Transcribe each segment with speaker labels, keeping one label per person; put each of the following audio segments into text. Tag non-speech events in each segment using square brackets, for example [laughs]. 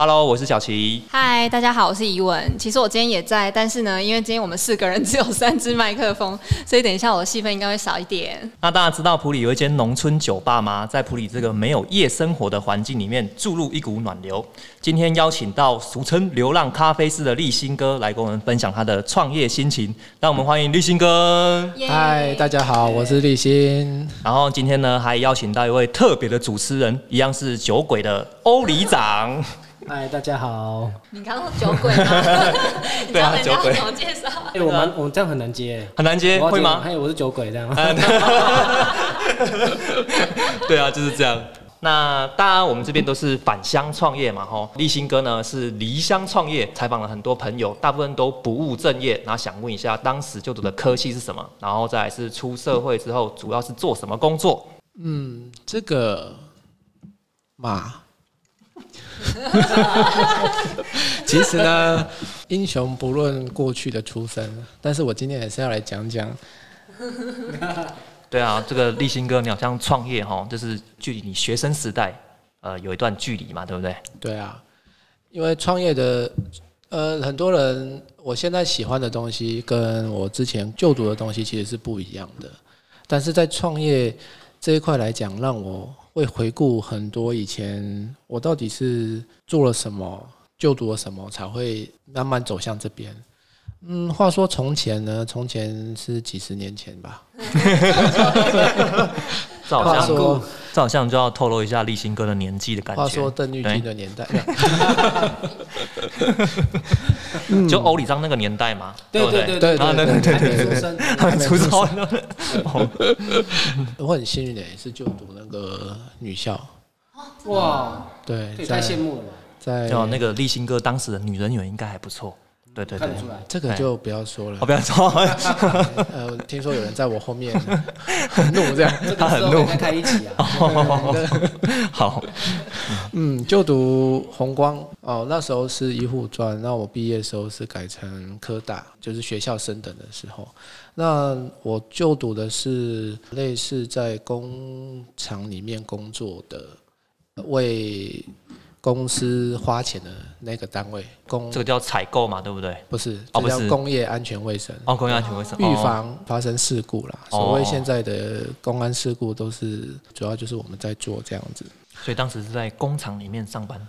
Speaker 1: Hello，我是小齐。
Speaker 2: 嗨，大家好，我是怡文。其实我今天也在，但是呢，因为今天我们四个人只有三支麦克风，所以等一下我的戏份应该会少一点。
Speaker 1: 那大家知道普里有一间农村酒吧吗？在普里这个没有夜生活的环境里面，注入一股暖流。今天邀请到俗称“流浪咖啡师”的立新哥来跟我们分享他的创业心情。让我们欢迎立新哥。
Speaker 2: 耶
Speaker 3: 嗨，大家好，我是立新。
Speaker 1: 然后今天呢，还邀请到一位特别的主持人，一样是酒鬼的欧里长。
Speaker 3: 嗨，大家好。
Speaker 2: 你刚刚说酒鬼吗？你知道人
Speaker 1: 对啊酒
Speaker 2: 家
Speaker 1: 鬼
Speaker 2: 会怎么介绍？
Speaker 3: 哎、我们我们这样很难接，
Speaker 1: 很难接，
Speaker 3: 我要
Speaker 1: 会吗？
Speaker 3: 哎、我是酒鬼这样。
Speaker 1: [laughs] 对啊，就是这样。那当然，我们这边都是返乡创业嘛，吼。立新哥呢是离乡创业，采访了很多朋友，大部分都不务正业。然后想问一下，当时就读的科系是什么？然后再来是出社会之后，主要是做什么工作？
Speaker 3: 嗯，这个嘛，其实呢，英雄不论过去的出身，但是我今天还是要来讲讲。
Speaker 1: 对啊，这个立新哥，你好像创业哈，就是距离你学生时代，呃，有一段距离嘛，对不对？
Speaker 3: 对啊，因为创业的，呃，很多人我现在喜欢的东西跟我之前就读的东西其实是不一样的，但是在创业这一块来讲，让我会回顾很多以前我到底是做了什么，就读了什么，才会慢慢走向这边。嗯，话说从前呢，从前是几十年前吧。
Speaker 1: 这好
Speaker 3: 话
Speaker 1: 像，
Speaker 3: 说，
Speaker 1: 这好像就要透露一下立新哥的年纪的感觉。
Speaker 3: 话说邓玉金的年代，
Speaker 1: 就欧里章那个年代嘛，不对 [laughs]
Speaker 3: 对
Speaker 1: 对
Speaker 3: 对对对对，
Speaker 1: 他出招了。哦
Speaker 3: 我很幸运的、是就读那个女校，
Speaker 4: [laughs] 哇，
Speaker 3: 对，
Speaker 4: 这也
Speaker 3: 在
Speaker 4: 太羡慕了吧！
Speaker 3: 在
Speaker 1: 就哦那个立新哥当时的女人缘应该还不错，对对对
Speaker 4: 看得。
Speaker 1: [laughs]
Speaker 4: 出来，
Speaker 3: 这
Speaker 1: 哎
Speaker 3: 个就不要说
Speaker 1: 我
Speaker 3: 了。
Speaker 1: 不要说， [laughs]
Speaker 3: 呃，听说有人在我后面很怒这样。
Speaker 4: 这个时候我们应该开一
Speaker 1: [laughs]
Speaker 4: 起
Speaker 1: 哦
Speaker 4: 啊。
Speaker 1: 好，
Speaker 3: 嗯，就读红光哦，那时候是医护专，那我毕业的时候是改成科大，就是学校升等的时候。那我就读的是类似在工厂里面工作的，呃为公司花钱的那个单位，工
Speaker 1: 这个叫采购嘛，对不对？
Speaker 3: 不是，
Speaker 1: 哦
Speaker 3: 这
Speaker 1: 不
Speaker 3: 叫
Speaker 1: 是
Speaker 3: 工业安全卫生。
Speaker 1: 哦，公益安全卫生，
Speaker 3: 预
Speaker 1: 哦
Speaker 3: 防发生事故啦。
Speaker 1: 哦
Speaker 3: 所谓现在的公安事故，都是主要就是我们在做这样子。
Speaker 1: 所以当时是在工厂里面上班，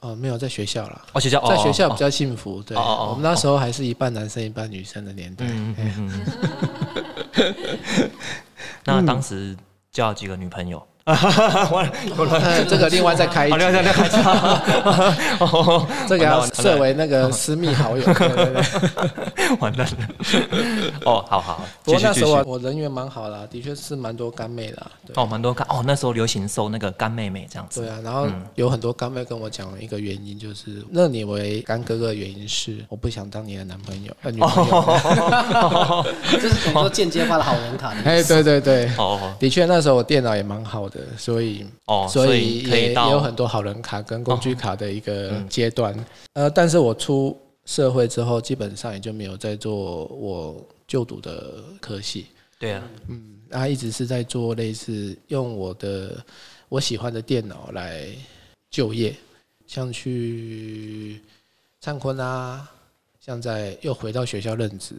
Speaker 3: 呃，没有在学校啦，
Speaker 1: 哦，学校，哦
Speaker 3: 在学校比，
Speaker 1: 哦
Speaker 3: 较幸福。对，
Speaker 1: 哦哦哦
Speaker 3: 我们那时候还是一半男生一半女生的年代。
Speaker 1: 嗯嗯嗯嗯。
Speaker 3: [laughs]
Speaker 1: 那
Speaker 3: 嗯
Speaker 1: 当时交了几个女朋友？
Speaker 3: 呃 [laughs] 这个另外再开一
Speaker 1: 好，
Speaker 3: 集，
Speaker 1: 聊聊聊，哦
Speaker 3: 这个要
Speaker 1: 完蛋
Speaker 3: 设为那个私密好友。对对对
Speaker 1: 完蛋了。 [laughs] 哦，好好，
Speaker 3: 不
Speaker 1: 继
Speaker 3: 过
Speaker 1: 续
Speaker 3: 那
Speaker 1: 继
Speaker 3: 时候
Speaker 1: 续
Speaker 3: 啊。我人缘蛮好啦，的确是蛮多干妹啦。对
Speaker 1: 哦，蛮嗯多看哦，那时候流行收那个干妹妹这样子
Speaker 3: 对。啊，然后有很多干妹跟我讲一个原因，就是那你为干哥哥的原因是我不想当你的男朋友、呃女朋友。
Speaker 1: 哦
Speaker 4: 这是等于说间接发了好人卡的意
Speaker 3: [laughs]
Speaker 4: 思。
Speaker 3: 哎，对对对，
Speaker 1: 哦
Speaker 3: 的确，那时候我电脑也蛮好的，所以
Speaker 1: 哦，
Speaker 3: 所
Speaker 1: 所
Speaker 3: 以
Speaker 1: 以
Speaker 3: 也
Speaker 1: 可以
Speaker 3: 也有
Speaker 1: 到哦嗯
Speaker 3: 很多好人卡跟工具卡的一个阶段。呃，但是我出社会之后，基本上也就没有在做我就读的科系，
Speaker 1: 对啊，
Speaker 3: 啊，一直是在做类似用我的我喜欢的电脑来就业，像去灿坤啊，像在又回到学校任职。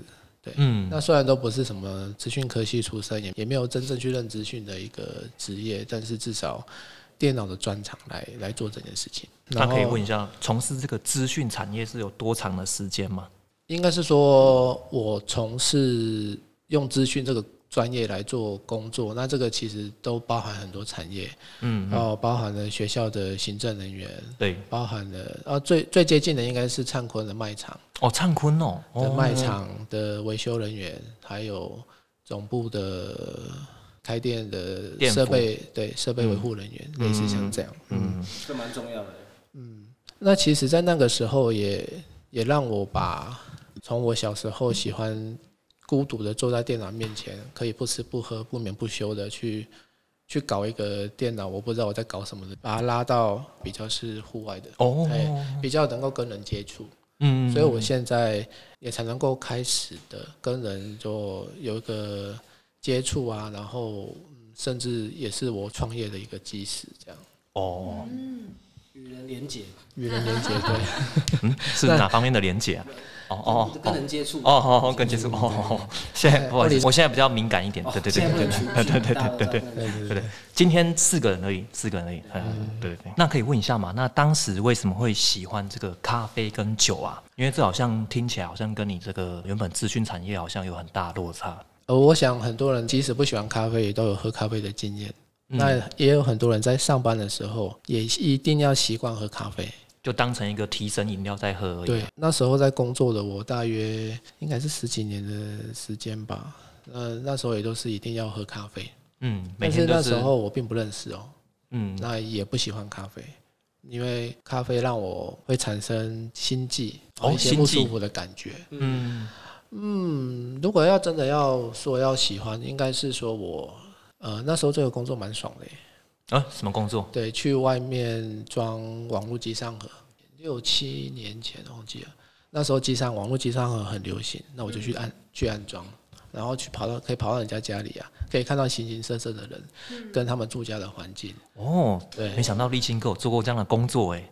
Speaker 1: 嗯，
Speaker 3: 那虽然都不是什么资讯科系出身，也也没有真正去认资讯的一个职业，但是至少电脑的专长来来做这件事情。
Speaker 1: 那
Speaker 3: 然后
Speaker 1: 可以问一下，从事这个资讯产业是有多长的时间吗？
Speaker 3: 应该是说我从事用资讯这个专业来做工作，那这个其实都包含很多产业，
Speaker 1: 嗯，
Speaker 3: 然后包含了学校的行政人员，
Speaker 1: 对，
Speaker 3: 包含了啊最最接近的应该是灿坤的卖场。
Speaker 1: 哦，灿坤哦，
Speaker 3: 的
Speaker 1: 哦
Speaker 3: 卖场的维修人员，还有总部的开店的
Speaker 1: 店
Speaker 3: 设
Speaker 1: 服
Speaker 3: 备，对设备维护人员，类似像这样。嗯，
Speaker 1: 嗯，
Speaker 4: 这蛮重要的。
Speaker 3: 那其实，在那个时候也也让我把从我小时候喜欢孤独的坐在电脑面前，可以不吃不喝不眠不休的去。去搞一个电脑，我不知道我在搞什么的，把它拉到比较是户外的，
Speaker 1: 哦，
Speaker 3: 哎比较能够跟人接触。
Speaker 1: 嗯，
Speaker 3: 所以我现在也才能够开始的跟人就有一个接触啊，然后嗯甚至也是我创业的一个基石，这样。
Speaker 1: 哦，
Speaker 4: 与人连结，
Speaker 3: 与人连接，对，
Speaker 1: 嗯，是
Speaker 3: 那
Speaker 1: 哪方面的连接啊？哦哦哦
Speaker 4: 跟人接触。
Speaker 1: 哦哦哦，跟接触哦哦，哦现在不好意思，我现在比较敏感一点，
Speaker 4: 哦，
Speaker 1: 对对对
Speaker 4: 现在不
Speaker 1: 对
Speaker 4: 能
Speaker 1: 对
Speaker 4: 群
Speaker 1: 对对
Speaker 4: 聚
Speaker 1: 对
Speaker 4: 大
Speaker 1: 对对对。
Speaker 4: 对
Speaker 3: 对
Speaker 1: 对对，今天四个人而已，四个人而已。嗯，对对对。那可以问一下嘛？那当时为什么会喜欢这个咖啡跟酒啊？因为这好像听起来好像跟你这个原本资讯产业好像有很大落差。
Speaker 3: 呃，我想很多人即使不喜欢咖啡，也都有喝咖啡的经验。
Speaker 1: 嗯
Speaker 3: 那也有很多人在上班的时候，也一定要习惯喝咖啡。
Speaker 1: 就当成一个提神饮料在喝而已。啊
Speaker 3: 对，那时候在工作的我，大约应该是十几年的时间吧。呃，那时候也都是一定要喝咖啡，
Speaker 1: 嗯，每
Speaker 3: 但
Speaker 1: 天
Speaker 3: 是
Speaker 1: 都
Speaker 3: 那
Speaker 1: 是
Speaker 3: 时候我并不认识哦，
Speaker 1: 嗯
Speaker 3: 那也不喜欢咖啡，因为咖啡让我会产生心悸，
Speaker 1: 哦
Speaker 3: 一些
Speaker 1: 心
Speaker 3: 不
Speaker 1: 悸
Speaker 3: 舒服的感觉。
Speaker 1: 嗯
Speaker 3: 嗯，如果要真的要说要喜欢，应该是说我呃那时候这个工作蛮爽的耶，
Speaker 1: 啊，什么工作？
Speaker 3: 对，去外面装网络机上盒，六七年前忘记了，那时候机上网络机上盒很流行，那我就
Speaker 1: 嗯
Speaker 3: 去安、去安装，然后去跑到可以跑到人家家里啊，可以看到形形色色的人，
Speaker 1: 嗯
Speaker 3: 跟他们住家的环境，
Speaker 1: 哦，
Speaker 3: 对
Speaker 1: 没。想到立新哥有做过这样的工作哎、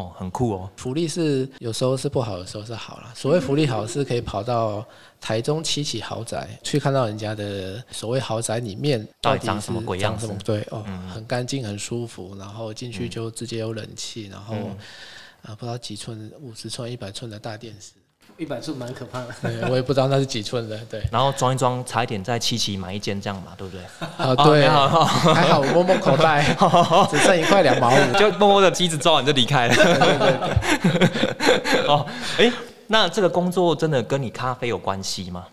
Speaker 1: 哦，很酷哦。
Speaker 3: 福利是有时候是不好，有时候是好啦。所谓福利好，是可以跑到台中七期豪宅去看到人家的所谓豪宅里面
Speaker 1: 到底
Speaker 3: 底
Speaker 1: 长
Speaker 3: 是
Speaker 1: 什么鬼
Speaker 3: 长
Speaker 1: 样
Speaker 3: 什么
Speaker 1: 子嗯
Speaker 3: 对哦，很干净，很舒服。然后进去就直接有冷气，然后
Speaker 1: 嗯
Speaker 3: 啊、不知道几寸，五十寸、一百寸的大电视， [laughs]
Speaker 4: 一百处蛮可怕
Speaker 1: [laughs]
Speaker 4: 的。
Speaker 3: 对我也不知道那是几寸的。对
Speaker 1: 然后装一装，差一点在七期买一间这样嘛，对 [laughs] 不对？
Speaker 3: 啊，
Speaker 1: 没
Speaker 3: 对，
Speaker 1: 有 [laughs] 哦
Speaker 3: [laughs] 还好我摸摸口袋，
Speaker 1: [laughs]
Speaker 3: 只剩一块两毛五。
Speaker 1: 就默默的机子做完就离开了。 [laughs] 哦，哎、那这个工作真的跟你咖啡有关系吗？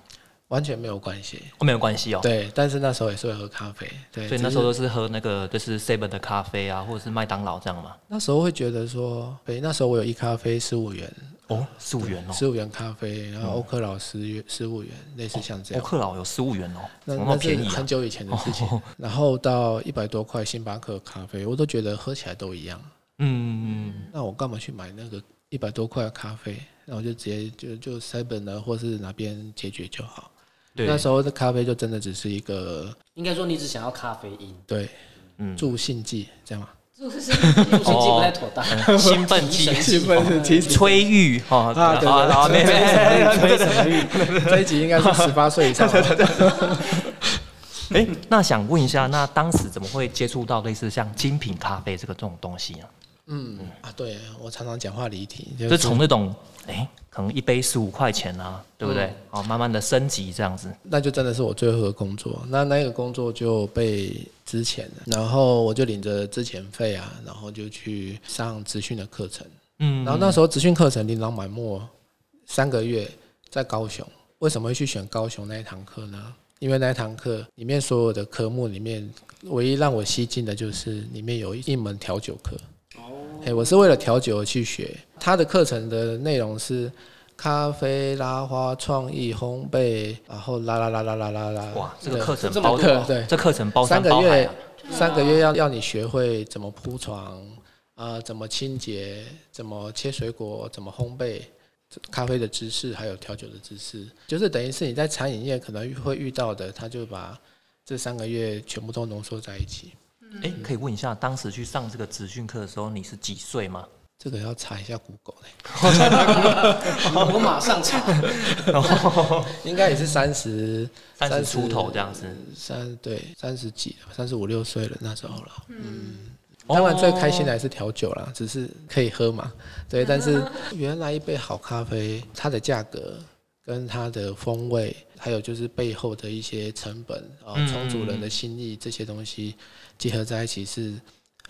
Speaker 3: 完全没有关系，
Speaker 1: 哦，没有关系哦。
Speaker 3: 对，但是那时候也是会喝咖啡，对，
Speaker 1: 所以
Speaker 3: 只
Speaker 1: 那时候
Speaker 3: 是
Speaker 1: 都是喝那个就是 seven 的咖啡啊，或者是麦当劳这样嘛。
Speaker 3: 那时候会觉得说，诶，那时候我有一咖啡十五元，
Speaker 1: 哦，十五元哦，
Speaker 3: 十五元咖啡，然后欧克劳十元十五元，类似像这
Speaker 1: 欧
Speaker 3: 样。
Speaker 1: 克劳有十五元哦，
Speaker 3: 那
Speaker 1: 怎么那
Speaker 3: 那
Speaker 1: 么
Speaker 3: 是
Speaker 1: 便宜啊
Speaker 3: 很？久以前的事情， [laughs] 然后到一百多块星巴克咖啡，我都觉得喝起来都一样。
Speaker 1: 嗯，
Speaker 3: 那我干嘛去买那个一百多块的咖啡？那我就直接就就 seven 了，或是哪边解决就好。
Speaker 1: 对，
Speaker 3: 那时候的咖啡就真的只是一个
Speaker 4: 应该说你只想要咖啡因，
Speaker 3: 对
Speaker 1: 嗯
Speaker 3: 助兴剂，这样吗？
Speaker 4: 助兴剂不太妥当。
Speaker 1: 哦嗯兴奋
Speaker 4: [laughs]
Speaker 1: 剂、
Speaker 3: 兴奋是其
Speaker 1: 催欲哦，
Speaker 3: 啊对对对
Speaker 1: 啊，没没，
Speaker 3: 吹什么欲？这一集应该是十八岁以上吧。
Speaker 1: 哎，那想问一下，那当时怎么会接触到类似像精品咖啡这个这种东西呢？
Speaker 3: 嗯啊，对我常常讲话离题，就
Speaker 1: 就是从那种哎、可能一杯十五块钱
Speaker 3: 嗯
Speaker 1: 啊，对不对？哦，慢慢的升级这样子。
Speaker 3: 那就真的是我最后的工作。那那个工作就被之前了，然后我就领着之前费啊，然后就去上职训的课程。
Speaker 1: 嗯
Speaker 3: 然后那时候职训课程琳琅满目，三个月在高雄。为什么会去选高雄那一堂课呢？因为那一堂课里面所有的科目里面，唯一让我吸睛的就是里面有一门调酒课。哎，我是为了调酒而去学。它的课程的内容是咖啡、拉花、创意、烘焙，然后啦啦啦啦啦啦啦。
Speaker 1: 哇，这个
Speaker 3: 对
Speaker 1: 课程
Speaker 4: 这么
Speaker 1: 包
Speaker 4: 多
Speaker 3: 课对
Speaker 1: 这课程包
Speaker 3: 三
Speaker 1: 山
Speaker 3: 个
Speaker 1: 包海
Speaker 3: 月
Speaker 1: 啊。，
Speaker 3: 三个月要要你学会怎么铺床，呃，怎么清洁，怎么切水果，怎么烘焙，咖啡的知识，还有调酒的知识，就是等于是你在餐饮业可能会遇到的，他就把这三个月全部都浓缩在一起。
Speaker 1: 哎、可以问一下，当时去上这个职训课的时候，你是几岁
Speaker 3: [laughs]
Speaker 1: 吗？
Speaker 3: 这个要查一下 Google，、
Speaker 1: [laughs]
Speaker 4: 我马上查，
Speaker 3: 应该也是三十
Speaker 1: 三十出头这样子。
Speaker 3: 三对三十几了，三十五六岁了那时候了。嗯，当然最开心的还是调酒啦，只是可以喝嘛。对，但是原来一杯好咖啡，它的价格跟它的风味，还有就是背后的一些成本啊，
Speaker 1: 嗯
Speaker 3: 重组人的心意这些东西结合在一起是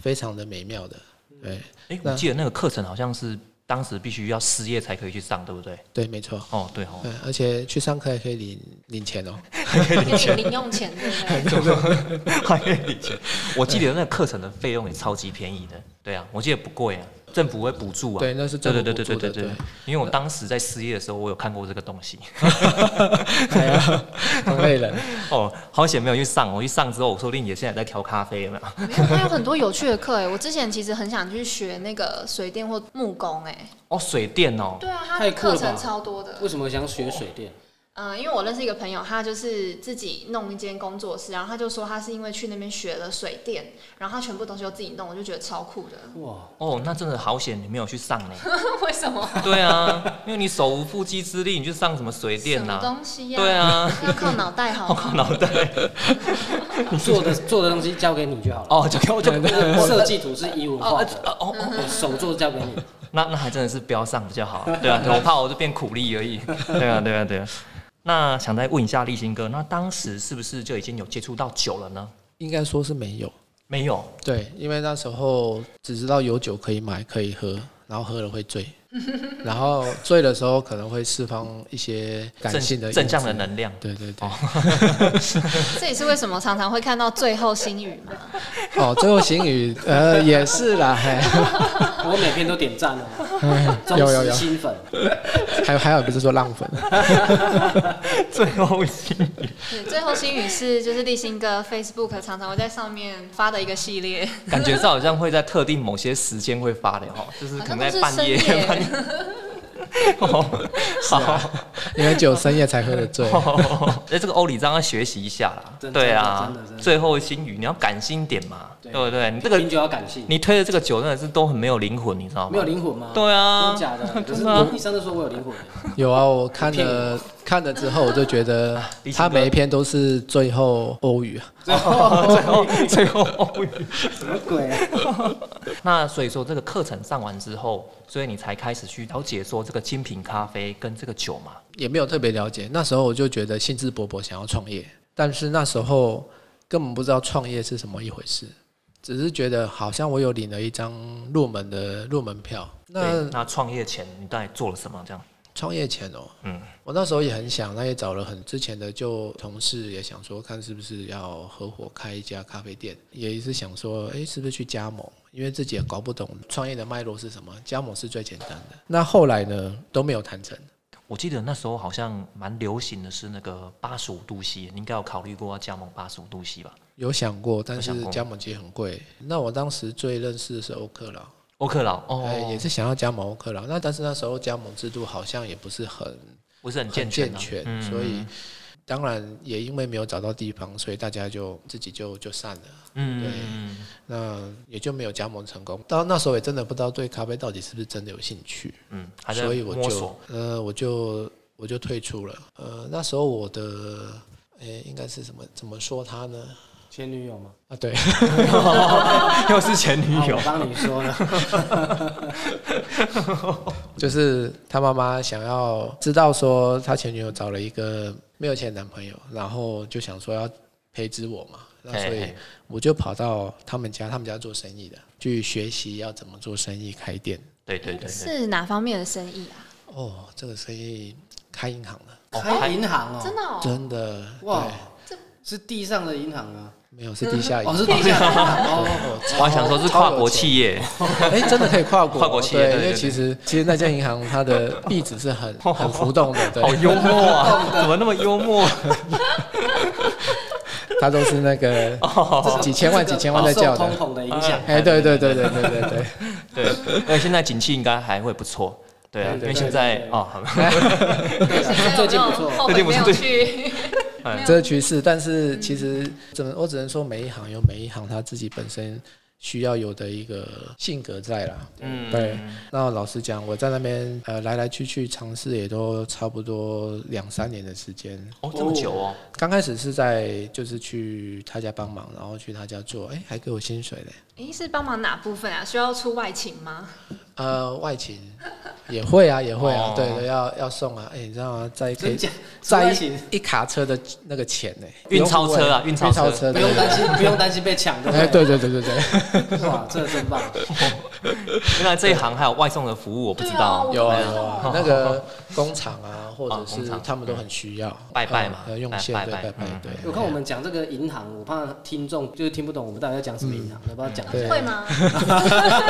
Speaker 3: 非常的美妙的。对
Speaker 1: 哎、我
Speaker 3: 那
Speaker 1: 记得那个课程好像是当时必须要失业才可以去上，对不对？
Speaker 3: 对，没错。
Speaker 1: 哦，对哦。 [laughs]
Speaker 3: 对，而且去上课还可以领领钱哦。
Speaker 2: 有零用钱对不对？
Speaker 1: 还可以理解。我记得那个课程的费用也超级便宜的，对啊，我记得不贵啊，政府会补助啊。
Speaker 3: 对那是
Speaker 1: 对
Speaker 3: 政
Speaker 1: 对
Speaker 3: 府
Speaker 1: 对
Speaker 3: 补
Speaker 1: 对
Speaker 3: 助
Speaker 1: 对
Speaker 3: 的
Speaker 1: 对对
Speaker 3: 对。
Speaker 1: 因为我当时在失业的时候，我有看过这个东西。
Speaker 3: 哎呀，很累人。
Speaker 1: 哦，好险没有去上，我一上之后，我说不定也现在在调咖啡，有没有？
Speaker 2: 没有，它有很多有趣的课哎。我之前其实很想去学那个水电或木工哎。
Speaker 1: 哦，水电哦，
Speaker 2: 对啊，它
Speaker 4: 太
Speaker 2: 的
Speaker 4: 酷了
Speaker 2: 课
Speaker 4: 吧
Speaker 2: 程超多的。
Speaker 4: 为什么想学水电？
Speaker 2: 嗯，因为我认识一个朋友，他就是自己弄一间工作室，然后他就说他是因为去那边学了水电，然后他全部东西都自己弄，我就觉得超酷的。
Speaker 4: 哇，
Speaker 1: 哦，那真的好险，你没有去上呢。
Speaker 2: [laughs] 为什么？
Speaker 1: 对啊，因为你手无缚鸡之力，你去上什么水
Speaker 2: 什
Speaker 1: 电
Speaker 2: 么
Speaker 1: 啊？
Speaker 2: 东西呀、
Speaker 1: 对，啊，
Speaker 2: 要靠脑袋好
Speaker 1: [laughs] 我
Speaker 2: 吗
Speaker 1: 靠脑袋。
Speaker 4: 做的做的东西交给你就好了。
Speaker 1: 哦，就给我就
Speaker 4: 我设计图是以我
Speaker 1: [laughs] 哦
Speaker 4: 画的，
Speaker 1: 哦哦，
Speaker 4: 我手做交给你。
Speaker 1: 那那还真的是不要上比较好、对啊，我怕我就变苦力而已。对啊，对啊，对啊。那想再问一下立新哥，那当时是不是就已经有接触到酒了呢？
Speaker 3: 应该说是没有。
Speaker 1: 没有，
Speaker 3: 对，因为那时候只知道有酒可以买可以喝，然后喝了
Speaker 1: [laughs]
Speaker 3: 会醉，然后醉的时候可能会释放一些感性的
Speaker 1: 正正向的
Speaker 3: 因子。
Speaker 1: 能量。 [laughs] 哦
Speaker 3: 对对对，
Speaker 2: 这也是为什么常常会看到最后心语嘛。
Speaker 3: 哦，最后行语呃也是啦，还 [laughs]
Speaker 4: 我每篇都点赞哦，忠
Speaker 3: 有有
Speaker 4: 实
Speaker 3: 有，
Speaker 4: 新粉。
Speaker 3: 还有还有不是说浪粉，
Speaker 1: 最后一集
Speaker 2: 对，最后心语是就是立新哥 Facebook 常常会在上面发的一个系列， [laughs]
Speaker 1: 感觉这好像会在特定某些时间会发的哈，就是
Speaker 2: 好
Speaker 1: 可
Speaker 2: 像
Speaker 1: 能在
Speaker 2: 都是
Speaker 1: 半
Speaker 2: 深
Speaker 1: 夜。
Speaker 2: 夜。
Speaker 1: 半夜 [laughs]
Speaker 2: [laughs]
Speaker 1: 哦，好。
Speaker 2: 啊
Speaker 3: 因为只有深夜才喝的醉。
Speaker 1: 哦，哎，这个欧里章要学习一下啦。
Speaker 4: 真的
Speaker 1: 对啊
Speaker 4: 真的真的真，的
Speaker 1: 最后心语你要感性点嘛，对
Speaker 4: 对
Speaker 1: 不对？你这
Speaker 4: 这个
Speaker 1: 个
Speaker 4: 你就要感性，
Speaker 1: 你推的这个酒真的是都很没有灵魂，你知道吗？
Speaker 4: 没有灵魂吗？
Speaker 1: 对啊
Speaker 4: 真的，假的？可是
Speaker 1: 真的啊
Speaker 4: 医生都说我有
Speaker 3: [laughs]
Speaker 4: 灵魂，
Speaker 3: 有啊，我看
Speaker 4: 骗
Speaker 3: 了看了之后，我就觉
Speaker 1: [laughs]
Speaker 3: 得
Speaker 1: 李
Speaker 3: 他
Speaker 1: 信哥
Speaker 3: 每一篇都是最后欧语啊。
Speaker 4: 最后
Speaker 1: 最后 [laughs] 最后欧语。
Speaker 4: 什么鬼啊？
Speaker 1: 那所以说这个课程上完之后，所以你才开始去了解说这个精品咖啡跟这个酒嘛。
Speaker 3: 也没有特别了解。那时候我就觉得兴致勃勃想要创业，但是那时候根本不知道创业是什么一回事，只是觉得好像我有领了一张入门的入门票。
Speaker 1: 对
Speaker 3: 那
Speaker 1: 那创业前你到底做了什么？这样
Speaker 3: 创业前哦，
Speaker 1: 嗯
Speaker 3: 我那时候也很想，那也找了很之前的就同事，也想说看是不是要合伙开一家咖啡店，也是想说，诶，是不是去加盟？因为自己也搞不懂创业的脉络是什么，加盟是最简单的。那后来呢，都没有谈成。
Speaker 1: 我记得那时候好像蛮流行的是那个八十五度 C，你应该有考虑过要加盟八十五度 C 吧？
Speaker 3: 有想过，但
Speaker 1: 有想
Speaker 3: 是
Speaker 1: 过
Speaker 3: 加盟其实很贵。那我当时最认识的是欧克劳，
Speaker 1: 欧克劳
Speaker 3: 哎、也
Speaker 1: 哦，
Speaker 3: 是想要加盟欧克劳。那但是那时候加盟制度好像也不是很
Speaker 1: 不是很
Speaker 3: 很
Speaker 1: 健全
Speaker 3: 健
Speaker 1: 啊，
Speaker 3: 全，
Speaker 1: 嗯
Speaker 3: 所以当然也因为没有找到地方，所以大家就自己就就散了。
Speaker 1: 嗯
Speaker 3: 对
Speaker 1: 嗯
Speaker 3: 那也就没有加盟成功。到那时候也真的不知道对咖啡到底是不是真的有兴趣，
Speaker 1: 嗯，还在
Speaker 3: 所以我
Speaker 1: 摸
Speaker 3: 就 [laughs]
Speaker 1: 索。
Speaker 3: 呃我就我就退出了。呃，那时候我的哎、应该是什么怎么说他呢？
Speaker 4: 前女友吗？
Speaker 3: 啊，对，
Speaker 1: 又是前女
Speaker 4: 啊
Speaker 1: 友
Speaker 4: 我，帮你说了，
Speaker 3: 就是他妈妈想要知道说他前女友找了一个没有钱的男朋友，然后就想说要培植我嘛，那所以
Speaker 1: 哎
Speaker 3: 我就跑到他们家，他们家做生意的，去学习要怎么做生意开店。
Speaker 1: 对对对对，
Speaker 2: 是哪方面的生意啊？
Speaker 3: 哦，这个生意开银行了，
Speaker 1: [laughs] 哦
Speaker 4: 开银行
Speaker 2: 真
Speaker 4: 哦，
Speaker 2: 的、哦？
Speaker 3: 真的啊
Speaker 4: 哇
Speaker 3: 对，
Speaker 4: 是地上的银行啊，
Speaker 3: 没有是地下银
Speaker 4: 哦
Speaker 3: 行。
Speaker 4: 是地下银行哦，
Speaker 3: 哦
Speaker 1: 我还想说是跨国企业，
Speaker 3: [laughs] 哎、真的可以跨国，
Speaker 1: 跨国企业
Speaker 3: 对，
Speaker 1: 对
Speaker 3: 因为
Speaker 1: 对
Speaker 3: 其实其实那家银行它的币值是
Speaker 1: [laughs]
Speaker 3: 很很浮动的，对，
Speaker 1: 好幽默啊！ [laughs] 怎么那么幽默？
Speaker 3: 它都是那个
Speaker 1: 哦
Speaker 4: 这个
Speaker 3: 几千万
Speaker 4: 这个
Speaker 3: 几千万在叫的
Speaker 4: 饱受哦通膨的影响，
Speaker 3: 哎、对对对对对对对。
Speaker 1: 对，因为现在景气应该还会不错，对啊，
Speaker 3: 对对
Speaker 1: 因为现
Speaker 4: 对
Speaker 1: 在
Speaker 4: 对
Speaker 1: 哦，好
Speaker 4: 对啊最近不错，
Speaker 2: 后悔没有
Speaker 1: [laughs]
Speaker 2: 去。
Speaker 1: 哎
Speaker 3: 这个趋势，但是其实只能我只能说每一行有每一行他自己本身需要有的一个性格在啦。
Speaker 1: 嗯，
Speaker 3: 对，那老实讲，我在那边呃来来去去尝试也都差不多两三年的时间。
Speaker 1: 哦，这么久哦，
Speaker 3: 刚开始是在就是去他家帮忙，然后去他家做，哎、还给我薪水嘞。
Speaker 2: 诶，是帮忙哪部分啊？需要出外勤吗？
Speaker 3: 呃，外勤也会啊，也会啊，
Speaker 1: 哦
Speaker 3: 对对，要要送啊，哎、你知道吗？在可
Speaker 4: 真
Speaker 3: 以
Speaker 4: 假？
Speaker 3: 在
Speaker 4: 在一起
Speaker 3: 一一卡车的那个钱呢、
Speaker 1: 运钞车啊
Speaker 3: 运
Speaker 1: 运钞
Speaker 3: 钞
Speaker 1: 车
Speaker 3: 车，
Speaker 4: 不
Speaker 3: 对
Speaker 4: 用担心，不用担心被抢，对
Speaker 3: 哎，
Speaker 4: 不
Speaker 3: 对对对对对。
Speaker 4: 对？哇，这真棒！
Speaker 1: 原来这一行还有外送的服务，我不知道
Speaker 2: 对。
Speaker 3: [laughs] 有啊
Speaker 2: 我不知
Speaker 1: [laughs]
Speaker 3: 有啊，那个工厂啊，或者
Speaker 1: 哦工
Speaker 3: 是
Speaker 1: 厂
Speaker 3: 他们都很需要
Speaker 1: 拜拜嘛
Speaker 3: 呃用线
Speaker 1: 拜
Speaker 3: 对
Speaker 1: 拜
Speaker 3: 拜拜
Speaker 1: 嗯
Speaker 3: 对。
Speaker 4: 我看我们讲这个银行，我怕听众就是听不懂我们到底在讲什么银
Speaker 3: 嗯
Speaker 4: 行，要不要讲一
Speaker 3: 对
Speaker 4: 下？
Speaker 2: 会
Speaker 3: [laughs]
Speaker 2: 吗？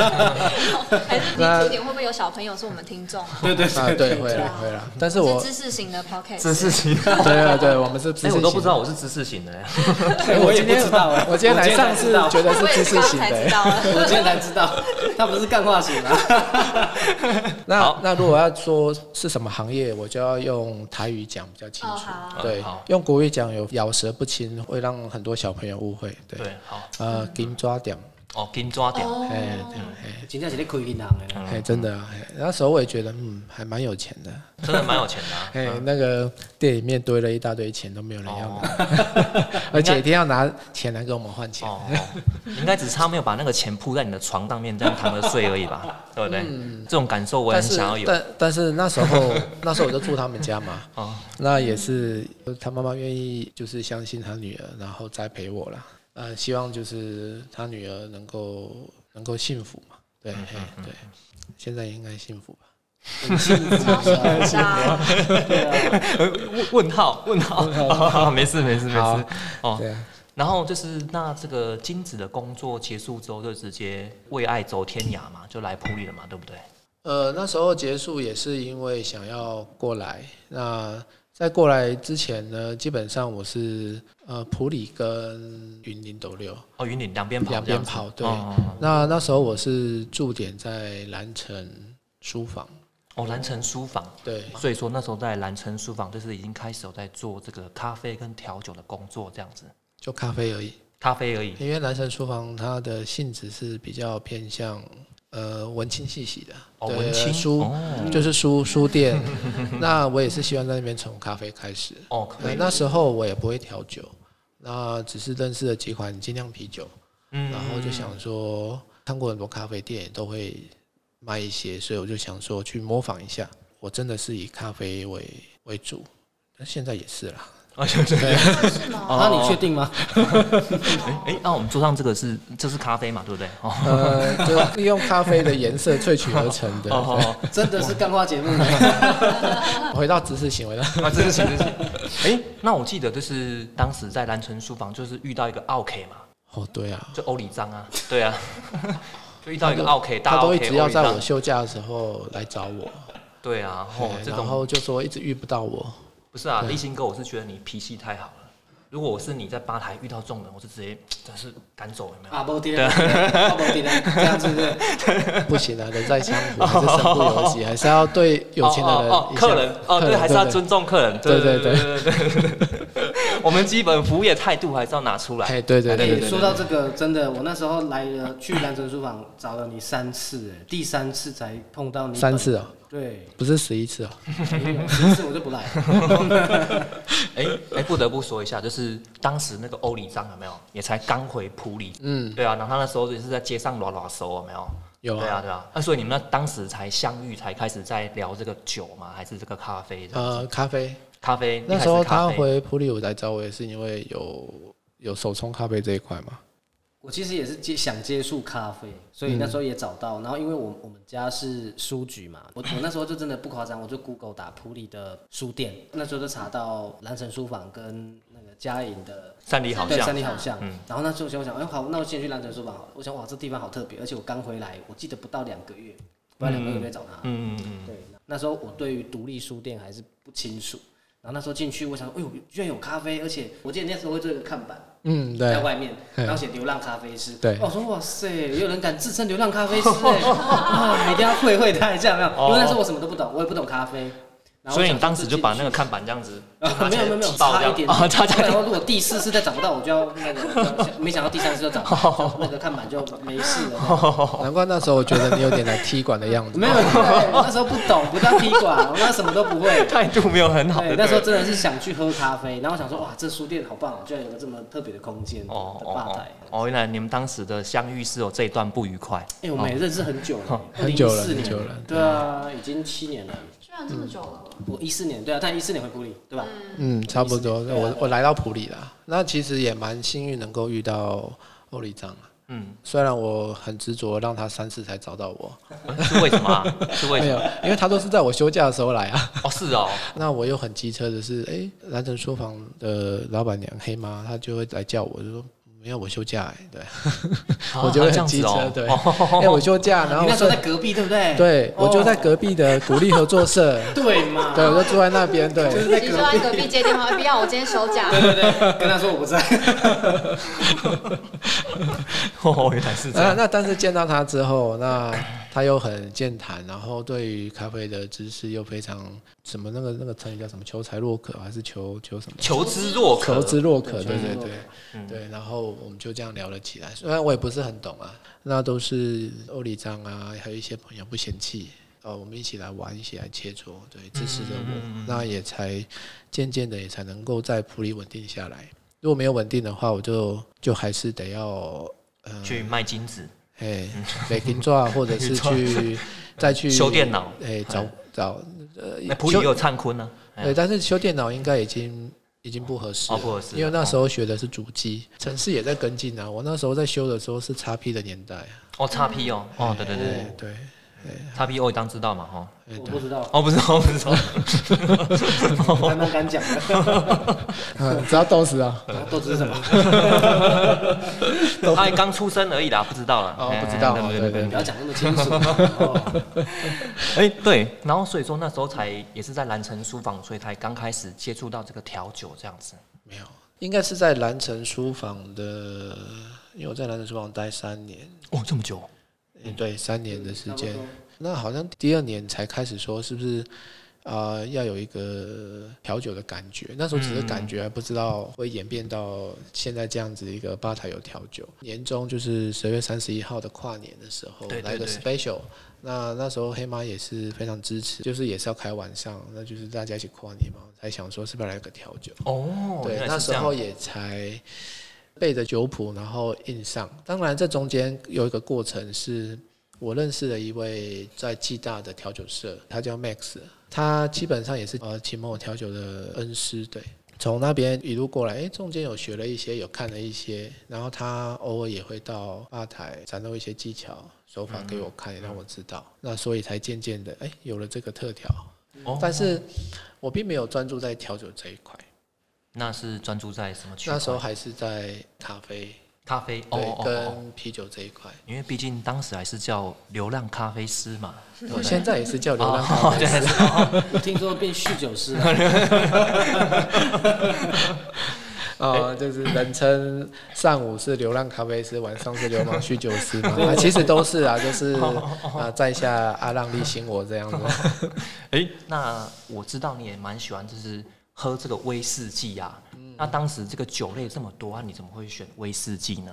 Speaker 2: 还是你
Speaker 3: 那
Speaker 2: 出点会不会有小朋友是我们听众啊？
Speaker 4: 对对
Speaker 3: 啊，对，会
Speaker 2: 对
Speaker 3: 了
Speaker 2: 啊
Speaker 3: 会了，但是
Speaker 2: 是
Speaker 3: [laughs] 我
Speaker 2: 知识型的 podcast，
Speaker 1: 识型，
Speaker 3: 对对对，我们是知
Speaker 1: 哎，
Speaker 3: 识
Speaker 1: 我都不
Speaker 3: 型
Speaker 1: 知道我是知识型的欸。
Speaker 4: [laughs] 对，我也不知道哎，
Speaker 3: [laughs] 我今天来上
Speaker 4: 才
Speaker 3: 是
Speaker 4: 知道
Speaker 3: 觉得
Speaker 2: 我
Speaker 4: [laughs]
Speaker 3: 是
Speaker 2: 也
Speaker 3: 知
Speaker 2: 是
Speaker 3: 识
Speaker 2: 刚刚
Speaker 3: 型
Speaker 2: 才
Speaker 3: 的
Speaker 2: 知，道了。
Speaker 4: 我今天才知道，它不是干化型啊。 [laughs]
Speaker 3: 那
Speaker 1: 好
Speaker 3: 那如果要说是什么行业，我就要用台语讲比较清
Speaker 2: 哦，
Speaker 3: 楚。
Speaker 2: 好，
Speaker 3: 对
Speaker 1: 嗯好，
Speaker 3: 用国语讲有咬舌不清，会让很多小朋友误会。对，
Speaker 1: 对，好，
Speaker 3: 呃，金抓点，
Speaker 1: 哦，金抓点，
Speaker 3: [laughs] 哎
Speaker 2: 哦，
Speaker 3: 对，哎
Speaker 4: 真正是咧开银行
Speaker 1: 嗯
Speaker 4: 的，
Speaker 3: 哎，真的啊，哎那时候我也觉得，嗯，还蛮有钱的。
Speaker 1: 真的蛮有钱的
Speaker 3: [laughs]
Speaker 1: 啊。
Speaker 3: 哎，那个店里面堆了一大堆钱，都没有人要
Speaker 1: 哦
Speaker 3: 拿，而且一定要拿钱来跟我们换钱。
Speaker 1: 哦，你应该只差没有把那个钱铺在你的床上面，这样躺着睡而已
Speaker 3: [laughs]
Speaker 1: 吧？对不对？这种感受我也
Speaker 3: 但
Speaker 1: 很
Speaker 3: 是
Speaker 1: 想要有。
Speaker 3: 嗯但但是那时
Speaker 1: [laughs]
Speaker 3: 候那时候我就住他们家嘛，
Speaker 1: 哦，
Speaker 3: [laughs] 那也是他妈妈愿意就是相信他女儿，然后栽培我啦。呃，希望就是他女儿能够能够幸福嘛。
Speaker 1: 嗯
Speaker 3: 对、嘿对，现在应该幸福吧？
Speaker 2: [laughs] 超幸福
Speaker 4: [laughs]
Speaker 2: 的，
Speaker 4: 啊
Speaker 1: 问问
Speaker 3: [laughs]
Speaker 1: 号问号， [laughs] 哦没事没事没
Speaker 3: 好
Speaker 1: 事。哦，
Speaker 3: 对啊，
Speaker 1: 然后就是那这个金子的工作结束之后，就直接为爱走天涯嘛，就来普里了嘛，对不对？
Speaker 3: 呃，那时候结束也是因为想要过来。那在过来之前呢，基本上我是呃普里跟云林斗六。
Speaker 1: 哦，云岭两边跑，
Speaker 3: 两
Speaker 1: 这样
Speaker 3: 边
Speaker 1: 子
Speaker 3: 跑，对。
Speaker 1: 哦哦
Speaker 3: 那那时候我是驻点在蓝城书房，
Speaker 1: 哦，蓝城书房。
Speaker 3: 对，
Speaker 1: 所以说那时候在蓝城书房，就是已经开始有在做这个咖啡跟调酒的工作，这样子，
Speaker 3: 就咖啡而已。
Speaker 1: 咖啡而已。
Speaker 3: 因为蓝城书房它的性质是比较偏向呃文青气息的，
Speaker 1: 哦，
Speaker 3: 对呃
Speaker 1: 文青
Speaker 3: 书、
Speaker 1: 哦
Speaker 3: 就是书书店。 [laughs] 那我也是希望在那边从咖啡开始。
Speaker 1: 哦，可
Speaker 3: 呃
Speaker 1: 以， [laughs]
Speaker 3: 那时候我也不会调酒，那只是认识了几款精酿啤酒，
Speaker 1: 嗯
Speaker 3: 然后就想说看过很多咖啡店也都会卖一些，所以我就想说去模仿一下。我真的是以咖啡为为主，那现在也是啦。
Speaker 1: 啊，对对对，
Speaker 2: 是
Speaker 3: 哦
Speaker 2: 吗？
Speaker 4: 那你确定吗？ [laughs]
Speaker 1: 哎，那我们桌上这个是这是咖啡嘛，对不对？哦，
Speaker 3: [laughs] 呃，就利用咖啡的颜色萃取而成 [laughs] 的。
Speaker 1: 哦哦，
Speaker 4: 真的是干化节目吗？
Speaker 3: [laughs] 回到知识行为了， [laughs]
Speaker 1: 哦啊，真是真是。哎，那我记得就是当时在蓝城书房，就是遇到一个奥 K 嘛，
Speaker 3: 哦，对啊，
Speaker 1: 就欧里章啊，对啊， [laughs] 就遇到一个奥 K 大
Speaker 3: 他
Speaker 1: 奥
Speaker 3: 都一
Speaker 1: K
Speaker 3: 直
Speaker 1: 欧
Speaker 3: 要
Speaker 1: 里
Speaker 3: 在我
Speaker 1: 章，
Speaker 3: 休假的时候来找我，
Speaker 1: 对啊，哦
Speaker 3: 哎，
Speaker 1: 这
Speaker 3: 然
Speaker 1: 种
Speaker 3: 后就说一直遇不到我，
Speaker 1: 不是啊，立新哥，我是觉得你脾气太好了。如果我是你在吧台遇到这种人，我是直接真是赶走，有没有？
Speaker 4: 啊，无敌了，啊无敌了，这样子
Speaker 3: [laughs]
Speaker 4: 是不是
Speaker 3: 不行啊，人在江
Speaker 1: [laughs]
Speaker 3: 湖还是身不由己，还是要对有钱的人
Speaker 1: 哦哦
Speaker 3: 一
Speaker 1: 哦
Speaker 3: 下
Speaker 1: 客人哦，对，还是要
Speaker 3: 对
Speaker 1: 尊重客人，
Speaker 3: 对
Speaker 1: 对
Speaker 3: 对
Speaker 1: 对对对对 [laughs] 对。我们基本服务业态度还是要拿出来。
Speaker 3: 哎，对对
Speaker 1: 哎
Speaker 3: 对
Speaker 4: 哎，
Speaker 3: 对，
Speaker 4: 说到这个，真的，我那时候来了去蓝城书房找了你三次，哎，第三次才碰到你。
Speaker 3: 三次？哦，
Speaker 4: 对，
Speaker 3: 不是十一次哦，
Speaker 4: 没有十次我就不来。
Speaker 1: 哎哎，不得不说一下，就是当时那个欧里章有没有，也才刚回普里，
Speaker 3: 嗯，
Speaker 1: 对啊，然后他那时候也是在街上拉拉手，有没有？
Speaker 3: 有
Speaker 1: 对啊，
Speaker 3: 啊，
Speaker 1: 对啊。那所以你们那当时才相遇，才开始在聊这个酒吗？还是这个咖啡这样？
Speaker 3: 呃，咖啡
Speaker 1: 咖啡
Speaker 3: 那时候他，
Speaker 1: 一开始咖啡
Speaker 3: 回普里舞来找我也是因为有有手冲咖啡这一块嘛，
Speaker 4: 我其实也是接想接触咖啡，
Speaker 1: 嗯
Speaker 4: 所以那时候也找到。然后因为我我们家是书局嘛，我我那时候就真的不夸张，我就 Google 打普里的书店，那时候就查到蓝城书房跟那个嘉颖的
Speaker 1: 三里好
Speaker 4: 对
Speaker 1: 像
Speaker 4: 三里好像。
Speaker 1: 嗯
Speaker 4: 然后那时候我想，哎好，那我先去蓝城书房好了。我想哇，这地方好特别，而且我刚回来，我记得不到两个月，不到两个月就来找他。
Speaker 1: 嗯嗯嗯。
Speaker 4: 对，那时候我对于独立书店还是不清楚。然后那时候进去，我想，哎呦，居然有咖啡，而且我记得那时候会做一个看板。
Speaker 3: 嗯，
Speaker 1: 哎
Speaker 4: 在
Speaker 3: 对，
Speaker 4: 外面，
Speaker 3: 对
Speaker 4: 然后写流浪咖啡师。
Speaker 3: 对
Speaker 4: 哦我说哇塞，有人敢自称流浪咖
Speaker 1: [laughs]
Speaker 4: 啡师哎，哇，一定要会会他一下，有没
Speaker 1: 哦
Speaker 4: 有？因为那时候我什么都不懂，我也不懂咖啡。然后
Speaker 1: 所以
Speaker 4: 我
Speaker 1: 你
Speaker 4: 想
Speaker 1: 当
Speaker 4: 说
Speaker 1: 时
Speaker 4: 自己
Speaker 1: 就把那个看板这样子，
Speaker 4: 啊没有没有没有，
Speaker 1: 爆
Speaker 4: 差
Speaker 1: 掉
Speaker 4: 一点
Speaker 1: 啊，差差一
Speaker 4: 然
Speaker 1: 点
Speaker 4: [laughs] 后如果第四次再找不到，我就要那个，没想到第三次
Speaker 1: [laughs]
Speaker 4: 就找到，
Speaker 1: 哦
Speaker 4: 就那个看板就没事了。
Speaker 3: 哦难怪那时候我觉得你有点来踢馆的样子，
Speaker 4: 没有，对我那时候不懂，不叫踢馆， [laughs] 我那什么都不会。
Speaker 1: 态度没有很好
Speaker 4: 对
Speaker 1: 的。，
Speaker 4: 那时候真的是想去喝咖啡，然后想说哇，这书店好棒，居然有个这么特别的空间的
Speaker 1: 哦
Speaker 4: 吧
Speaker 1: 哦
Speaker 4: 台。
Speaker 1: 哦，哦，原来你们当时的相遇是有这一段不愉快。
Speaker 4: 哎、我们也认识很久了，
Speaker 3: 很久了
Speaker 4: 2014
Speaker 3: 哦
Speaker 4: 年
Speaker 3: 很久了
Speaker 4: 对啊，已经七年了。
Speaker 2: 居然这么久了，
Speaker 4: 我一四年，对啊，但一四年回普里，对吧？
Speaker 3: 嗯，差不多，
Speaker 4: 对啊
Speaker 3: 我我来到普里啦，那其实也蛮幸运能够遇到欧里章啊。
Speaker 1: 嗯，
Speaker 3: 虽然我很执着，让他三次才找到我，
Speaker 1: 是为什么啊？是为
Speaker 3: 没
Speaker 1: 什么？
Speaker 3: 有，因为他都是在我休假的时候来啊。
Speaker 1: 哦，是哦，
Speaker 3: 那我又很机车的是，哎、蓝城书房的老板娘黑妈，她就会来叫我，就说没没有我休假、欸，对，
Speaker 1: 啊
Speaker 3: [laughs] [laughs] 我就会
Speaker 1: 这
Speaker 3: 很
Speaker 1: 样
Speaker 3: 机
Speaker 1: 子
Speaker 3: 车，
Speaker 1: 哦。
Speaker 3: 对，
Speaker 1: 哦
Speaker 3: 因为我休假，然后
Speaker 4: 啊你那时候在
Speaker 3: 我
Speaker 4: 隔壁对不对？
Speaker 3: 对我就在
Speaker 4: 哦
Speaker 3: 隔壁的鼓励合作社，
Speaker 4: 对
Speaker 3: [laughs]
Speaker 4: 嘛，
Speaker 3: 对，我就住在那边，对，
Speaker 4: 就是在
Speaker 2: 你就
Speaker 4: 隔
Speaker 2: 在
Speaker 4: 壁，
Speaker 2: 隔壁接电话，不要我今天休假。
Speaker 4: 对对对，跟他说我不在，
Speaker 1: 哦，原来是这
Speaker 3: 那 [laughs]
Speaker 1: 样。
Speaker 3: 那但是见到他之后，那他又很健谈，然后对于咖啡的知识又非常什么那个那个成语叫什么求才若渴还是求求什么
Speaker 1: 求知若渴，
Speaker 3: 求之若渴，对
Speaker 4: 求之
Speaker 3: 对对
Speaker 4: 若渴
Speaker 1: 嗯
Speaker 3: 对，然后我们就这样聊了起来。虽然我也不是很懂啊，那都是欧里章啊，还有一些朋友不嫌弃哦，我们一起来玩，一起来切磋，对，支持着
Speaker 1: 嗯
Speaker 3: 我，那也才渐渐的也才能够在普里稳定下来。如果没有稳定的话，我就就还是得要。呃
Speaker 1: 去嗯卖金子、
Speaker 3: 哎，北京抓，
Speaker 1: [laughs]
Speaker 3: 或者是去再去
Speaker 1: 修电脑。
Speaker 3: 哎，找找呃
Speaker 1: 那普里也有灿坤呢、哎
Speaker 3: 对，但是修电脑应该已经已经不合适了，
Speaker 1: 哦不合适了
Speaker 3: 因为那时候学的是主机，城市也在跟进啊。我那时候在修的时候是 x P 的年代啊，
Speaker 1: 哦，叉 P 哦，哦，对对对
Speaker 3: 哎对，
Speaker 1: 叉 P 哦，当知道嘛，哦，
Speaker 4: 我不知道，
Speaker 1: 哦，不是，哦，不是，
Speaker 3: [laughs]
Speaker 1: 哦
Speaker 4: 我还蛮敢讲的，
Speaker 3: 嗯，只要冻死啊，
Speaker 4: 都知道
Speaker 3: [laughs]
Speaker 4: 什么，
Speaker 1: 他刚出生而已啦，不知道啦，
Speaker 3: 哦
Speaker 1: 哎
Speaker 3: 不知道
Speaker 1: 对
Speaker 3: 对
Speaker 1: 对对
Speaker 3: 对
Speaker 4: 不要讲那么清楚。哦
Speaker 1: 哎，对，然后所以说那时候才也是在蓝城书房，所以才刚开始接触到这个调酒这样子。
Speaker 3: 没有，应该是在蓝城书房的，因为我在蓝城书房待三年，
Speaker 1: 哦，这么久，
Speaker 3: 哎对，三年的时间
Speaker 4: 差不多，
Speaker 3: 那好像第二年才开始说是不是啊、呃要有一个调酒的感觉，那时候只是感
Speaker 1: 嗯
Speaker 3: 觉，还不知道会演变到现在这样子一个吧台有调酒。年终就是十月三十一号的跨年的时候
Speaker 1: 对对
Speaker 3: 来个
Speaker 1: 对
Speaker 3: special，那那时候黑妈也是非常支持，就是也是要开晚上，那就是大家一起跨年嘛，才想说是不是来个调酒。
Speaker 1: 哦，
Speaker 3: 对，
Speaker 1: 原来
Speaker 3: 那
Speaker 1: 是
Speaker 3: 时
Speaker 1: 这样
Speaker 3: 候也才背着酒谱，然后印上。当然，这中间有一个过程是，我认识了一位在暨大的调酒社，他叫 Max，他基本上也是呃启蒙我调酒的恩师，对。从那边一路过来，诶，中间有学了一些，有看了一些，然后他偶尔也会到吧台展露一些技巧手法给我
Speaker 1: 嗯
Speaker 3: 看，也让我知道。那所以才渐渐的，诶，有了这个特调。
Speaker 1: 哦
Speaker 3: 但是我并没有专注在调酒这一块。
Speaker 1: 那是专注在什么区块？
Speaker 3: 那时候还是在咖啡，
Speaker 1: 咖啡，哦
Speaker 3: 对
Speaker 1: 哦，哦哦，
Speaker 3: 跟啤酒这一块。
Speaker 1: 因为毕竟当时还是叫流浪咖啡师嘛，
Speaker 3: 我现在也是叫流浪咖
Speaker 1: 哦，
Speaker 3: 啡
Speaker 1: [laughs] 对，还
Speaker 3: 师，
Speaker 1: 是
Speaker 4: 我听说变酗酒师
Speaker 3: [laughs]
Speaker 4: 啊了，
Speaker 3: 哦，就是人称上午是流浪咖啡师，晚上是流氓酗酒师嘛。啊其实都是啊，就是
Speaker 1: 哦
Speaker 3: 啊，在下阿浪力兴我这样子。
Speaker 1: [laughs] 哎，那我知道你也蛮喜欢，就是喝这个威士忌啊。那当时这个酒类这么多啊，你怎么会选威士忌呢？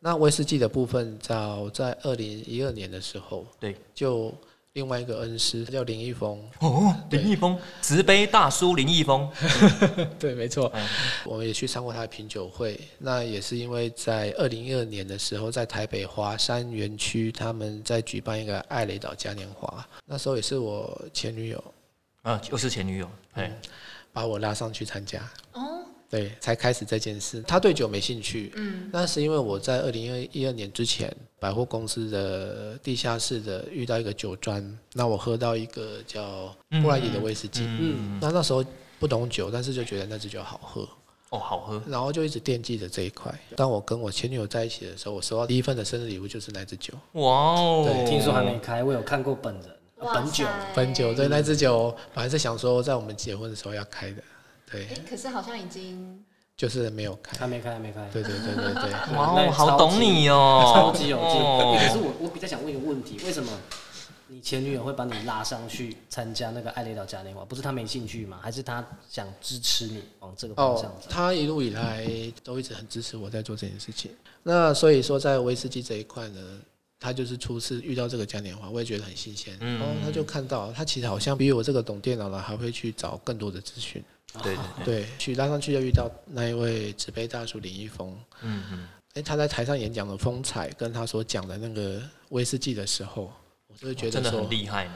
Speaker 3: 那威士忌的部分，早在二零一二年的时候，
Speaker 1: 对，
Speaker 3: 就另外一个恩师叫林一峰，
Speaker 1: 哦，林毅峰，直杯大叔林毅峰，
Speaker 3: 对，没错
Speaker 1: 嗯，
Speaker 3: 我们也去参过他的品酒会。那也是因为在二零一二年的时候，在台北华山园区，他们在举办一个爱雷岛嘉年华。那时候也是我前女友
Speaker 1: 呃，又是前女友，哎，
Speaker 3: 把我拉上去参加，
Speaker 2: 哦，
Speaker 3: 对，才开始这件事。她对酒没兴趣，
Speaker 2: 嗯，
Speaker 3: 那是因为我在二零一二年之前，百货公司的地下室的遇到一个酒庄，那我喝到一个叫布莱迪的威士忌，
Speaker 1: 嗯，
Speaker 3: 那那时候不懂酒，但是就觉得那支酒好喝。
Speaker 1: 哦，好喝，
Speaker 3: 然后就一直惦记着这一块。当我跟我前女友在一起的时候，我收到第一份的生日礼物就是那支酒，
Speaker 1: 哇哦，
Speaker 4: 听说还没开，我有看过本人啊本酒，
Speaker 3: 汾酒。对，那支酒本来是想说在我们结婚的时候要开的，对，
Speaker 2: 哎，可是好像已经
Speaker 3: 就是没有开。
Speaker 4: 还没开，还没开。
Speaker 3: 对对对对对，
Speaker 1: [laughs] 哇
Speaker 4: 那
Speaker 1: 哦，
Speaker 4: 也
Speaker 1: 好
Speaker 4: 超
Speaker 1: 懂
Speaker 4: 级
Speaker 1: 你哦，
Speaker 4: [laughs] 超级有劲。
Speaker 1: 哦
Speaker 4: 可是我我比较想问一个问题，为什么你前女友会把你拉上去参加那个爱雷岛嘉年华？不是她没兴趣吗？还是她想支持你往这个方向
Speaker 3: 哦，
Speaker 4: 走？
Speaker 3: 他一路以来都一直很支持我在做这件事情。那所以说，在威士忌这一块呢，他就是初次遇到这个嘉年华，我也觉得很新鲜。
Speaker 1: 嗯
Speaker 3: 然后他就看到，他其实好像比我这个懂电脑的还会去找更多的资讯。
Speaker 1: 对，对对
Speaker 3: 对，去拉上去就遇到那一位纸杯大叔林一峰，
Speaker 1: 嗯嗯，
Speaker 3: 哎，他在台上演讲的风采，跟他所讲的那个威士忌的时候，我就会觉
Speaker 1: 哦真
Speaker 3: 得
Speaker 1: 的
Speaker 3: 说
Speaker 1: 很，厉害呢，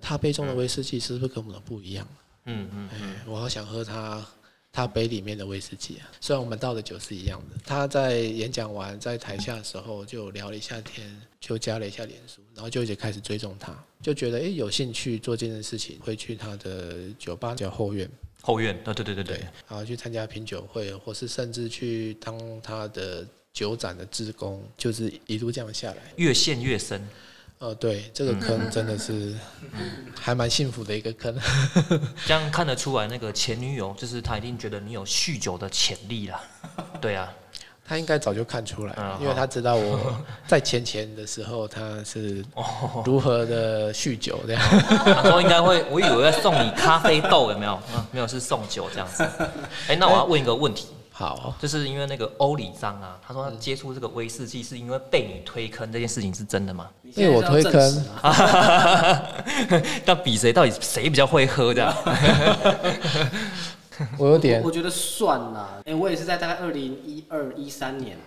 Speaker 3: 他杯中的威士忌是不是跟我们的不一样？
Speaker 1: 嗯嗯，
Speaker 3: 哎，我好想喝他他杯里面的威士忌啊！虽然我们倒的酒是一样的。他在演讲完在台下的时候，就聊了一下天，就加了一下脸书，然后就一直开始追踪他，就觉得哎有兴趣做这件事情，会去他的酒吧叫后院。
Speaker 1: 后院，对对对对对
Speaker 3: 对，，然后去参加品酒会，或是甚至去当他的酒展的职工，就是一路这样下来。
Speaker 1: 越陷越深。
Speaker 3: 呃，对，这个坑真的是还蛮幸福的一个坑。 [laughs]
Speaker 1: 这样看得出来，那个前女友就是她一定觉得你有酗酒的潜力啦。 [laughs] 对啊，
Speaker 3: 他应该早就看出来了，
Speaker 1: 嗯
Speaker 3: 因为他知道我在前前的时候他是如何的酗酒这样。
Speaker 1: 想说应该会，我以为要送你咖啡豆，有没 [laughs] 有？啊、没有，是送酒这样子。哎、那我要问一个问题，
Speaker 3: 好，
Speaker 1: 就是因为那个欧里章啊，他说他接触这个威士忌是因为被你推坑，这件事情是真的吗？ [laughs]
Speaker 4: 你
Speaker 3: 因为我
Speaker 4: 现
Speaker 3: 推
Speaker 4: 在是要证实
Speaker 3: 坑
Speaker 4: 吗，
Speaker 1: 啊那比谁到底谁比较会喝这样？ [laughs]
Speaker 3: 我有点
Speaker 4: [laughs] 我我觉得算啦。哎、我也是在大概二零一二一三年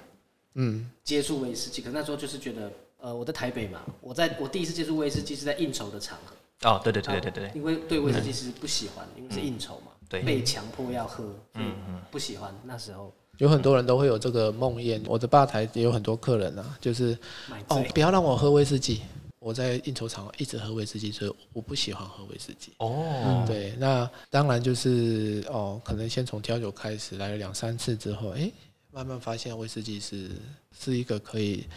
Speaker 3: 嗯，
Speaker 4: 接触威士忌，可是那时候就是觉得，呃，我在台北嘛，我在我第一次接触威士忌是在应酬的场合。
Speaker 1: 哦，对对对对对对，嗯
Speaker 4: 因为对威士忌是不喜欢，因为是应酬嘛，
Speaker 1: 对
Speaker 4: 被强迫要喝，嗯不喜欢。那时候
Speaker 3: 有很多人都会有这个梦魇。我的吧台也有很多客人啊，就是
Speaker 4: 买
Speaker 3: 哦
Speaker 4: 醉，，
Speaker 3: 不要让我喝威士忌。我在应酬场一直喝威士忌，所以我不喜欢喝威士忌。
Speaker 1: 哦，
Speaker 3: 对，那当然就是哦，可能先从调酒开始，来了两三次之后，哎，慢慢发现威士忌是是一个可以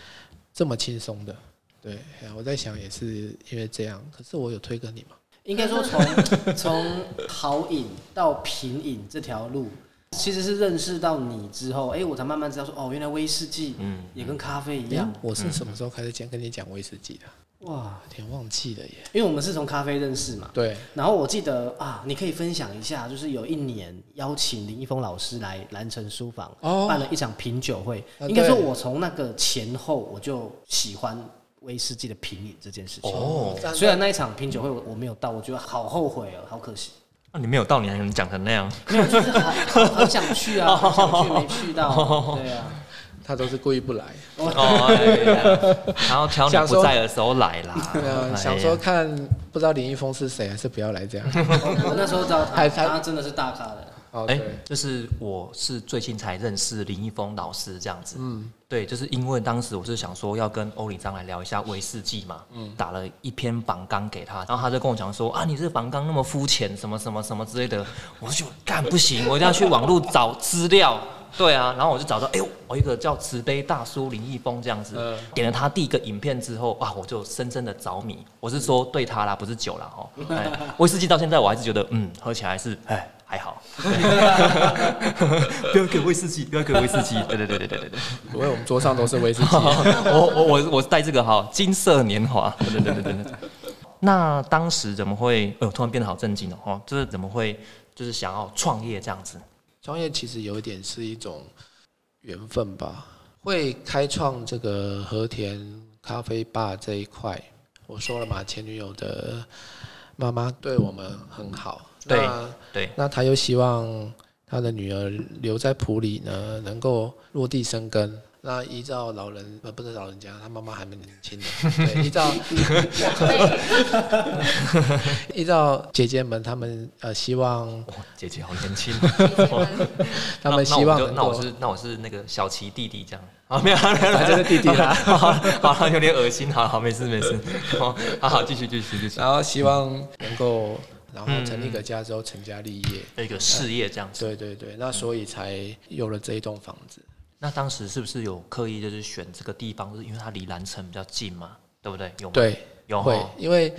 Speaker 3: 这么轻松的。对，哎呀我在想也是因为这样，可是我有推给你嘛？
Speaker 4: 应该说从 [laughs] 从好饮到品饮这条路，其实是认识到你之后，哎，我才慢慢知道说，哦，原来威士忌
Speaker 1: 嗯
Speaker 4: 也跟咖啡一
Speaker 3: 哎
Speaker 4: 样，
Speaker 3: 我是什么时候开始讲跟你讲威士忌的？
Speaker 4: 哇，
Speaker 3: 有点忘记了耶。
Speaker 4: 因为我们是从咖啡认识嘛。
Speaker 3: 对，
Speaker 4: 然后我记得啊，你可以分享一下，就是有一年邀请林一峰老师来蓝城书房、
Speaker 3: 哦
Speaker 4: 办了一场品酒会。
Speaker 3: 啊
Speaker 4: 应该说，
Speaker 3: 对
Speaker 4: 我从那个前后我就喜欢威士忌的品饮这件事情。
Speaker 1: 哦
Speaker 4: 虽然那一场品酒会我我没有到，我觉得好后悔哦，好可惜，
Speaker 1: 那你没有到，你还能讲成那
Speaker 3: [laughs]
Speaker 1: 样？
Speaker 4: 没有，就是好好好想去啊，好想去没去到，对啊。
Speaker 3: 他都是故意不 [laughs] 来，
Speaker 1: 哦，哎呀然后挑
Speaker 3: 想
Speaker 1: 你不
Speaker 3: 说
Speaker 1: 在的时候来
Speaker 3: [laughs]
Speaker 1: 啦。哎
Speaker 3: 呃，
Speaker 1: 呀
Speaker 3: 想说看不知道林一峰是谁，还是不要来这样。 [laughs]
Speaker 4: 我那时候知道他，
Speaker 3: 还还
Speaker 4: 他真的是大咖的，
Speaker 3: 哦，
Speaker 1: 哎、
Speaker 3: 对，
Speaker 1: 就是我是最近才认识林一峰老师这样子，嗯，对，就是因为当时我是想说要跟欧里章来聊一下威士忌嘛，嗯，打了一篇仿纲给他，然后他就跟我讲说啊，你这仿纲那么肤浅，什么什么什么之类的，我就干不行，我一定要去网络找资料。对啊，然后我就找到，哎呦，我一个叫慈悲大叔林一峰这样子，
Speaker 3: 嗯
Speaker 1: 点了他第一个影片之后，哇，我就深深的着迷。我是
Speaker 3: 嗯
Speaker 1: 说对他啦，不是酒啦，哦，哎，威士忌到现在我还是觉得，嗯，喝起来是，哎，还好。不要给威士忌，不要给威士忌。对对对对对对对。
Speaker 3: 因为我们桌上都是威士 [laughs] 忌。
Speaker 1: 我我我我带这个哈，金色年华。对对对对对对。那当时怎么会？哎呦，突然变得好震惊哦！哦，就是怎么会？就是想要创业这样子。
Speaker 3: 创业其实有一点是一种缘分吧。会开创这个和田咖啡吧这一块，我说了嘛，前女友的妈妈对我们很好，
Speaker 1: 对
Speaker 3: 那
Speaker 1: 对，
Speaker 3: 那她又希望她的女儿留在普里呢，能够落地生根。那依照老人呃不是老人家，他妈妈还蛮年
Speaker 1: [laughs]
Speaker 3: 轻的，对，依照 [laughs] 依照姐姐们他们呃希望
Speaker 1: 哇，姐姐好年轻。
Speaker 3: 他
Speaker 1: 那
Speaker 3: 们希望
Speaker 1: 那我就那
Speaker 3: 能够
Speaker 1: 我是那我是那个小琪弟弟这样。啊，没有，没有，
Speaker 3: 反正是弟弟啦
Speaker 1: 好好好好，有点恶心。好好，没事没事。好好好，继续继续继续。
Speaker 3: 然后希望能够，然后成立个家之后成家立业。
Speaker 1: 一个事业这样子。
Speaker 3: 对对对，那所以才有了这一栋房子。
Speaker 1: 那当时是不是有刻意就是选这个地方，就是因为它离蓝城比较近嘛，对不对？有吗？
Speaker 3: 对，
Speaker 1: 有
Speaker 3: 会
Speaker 1: 吼，
Speaker 3: 因为、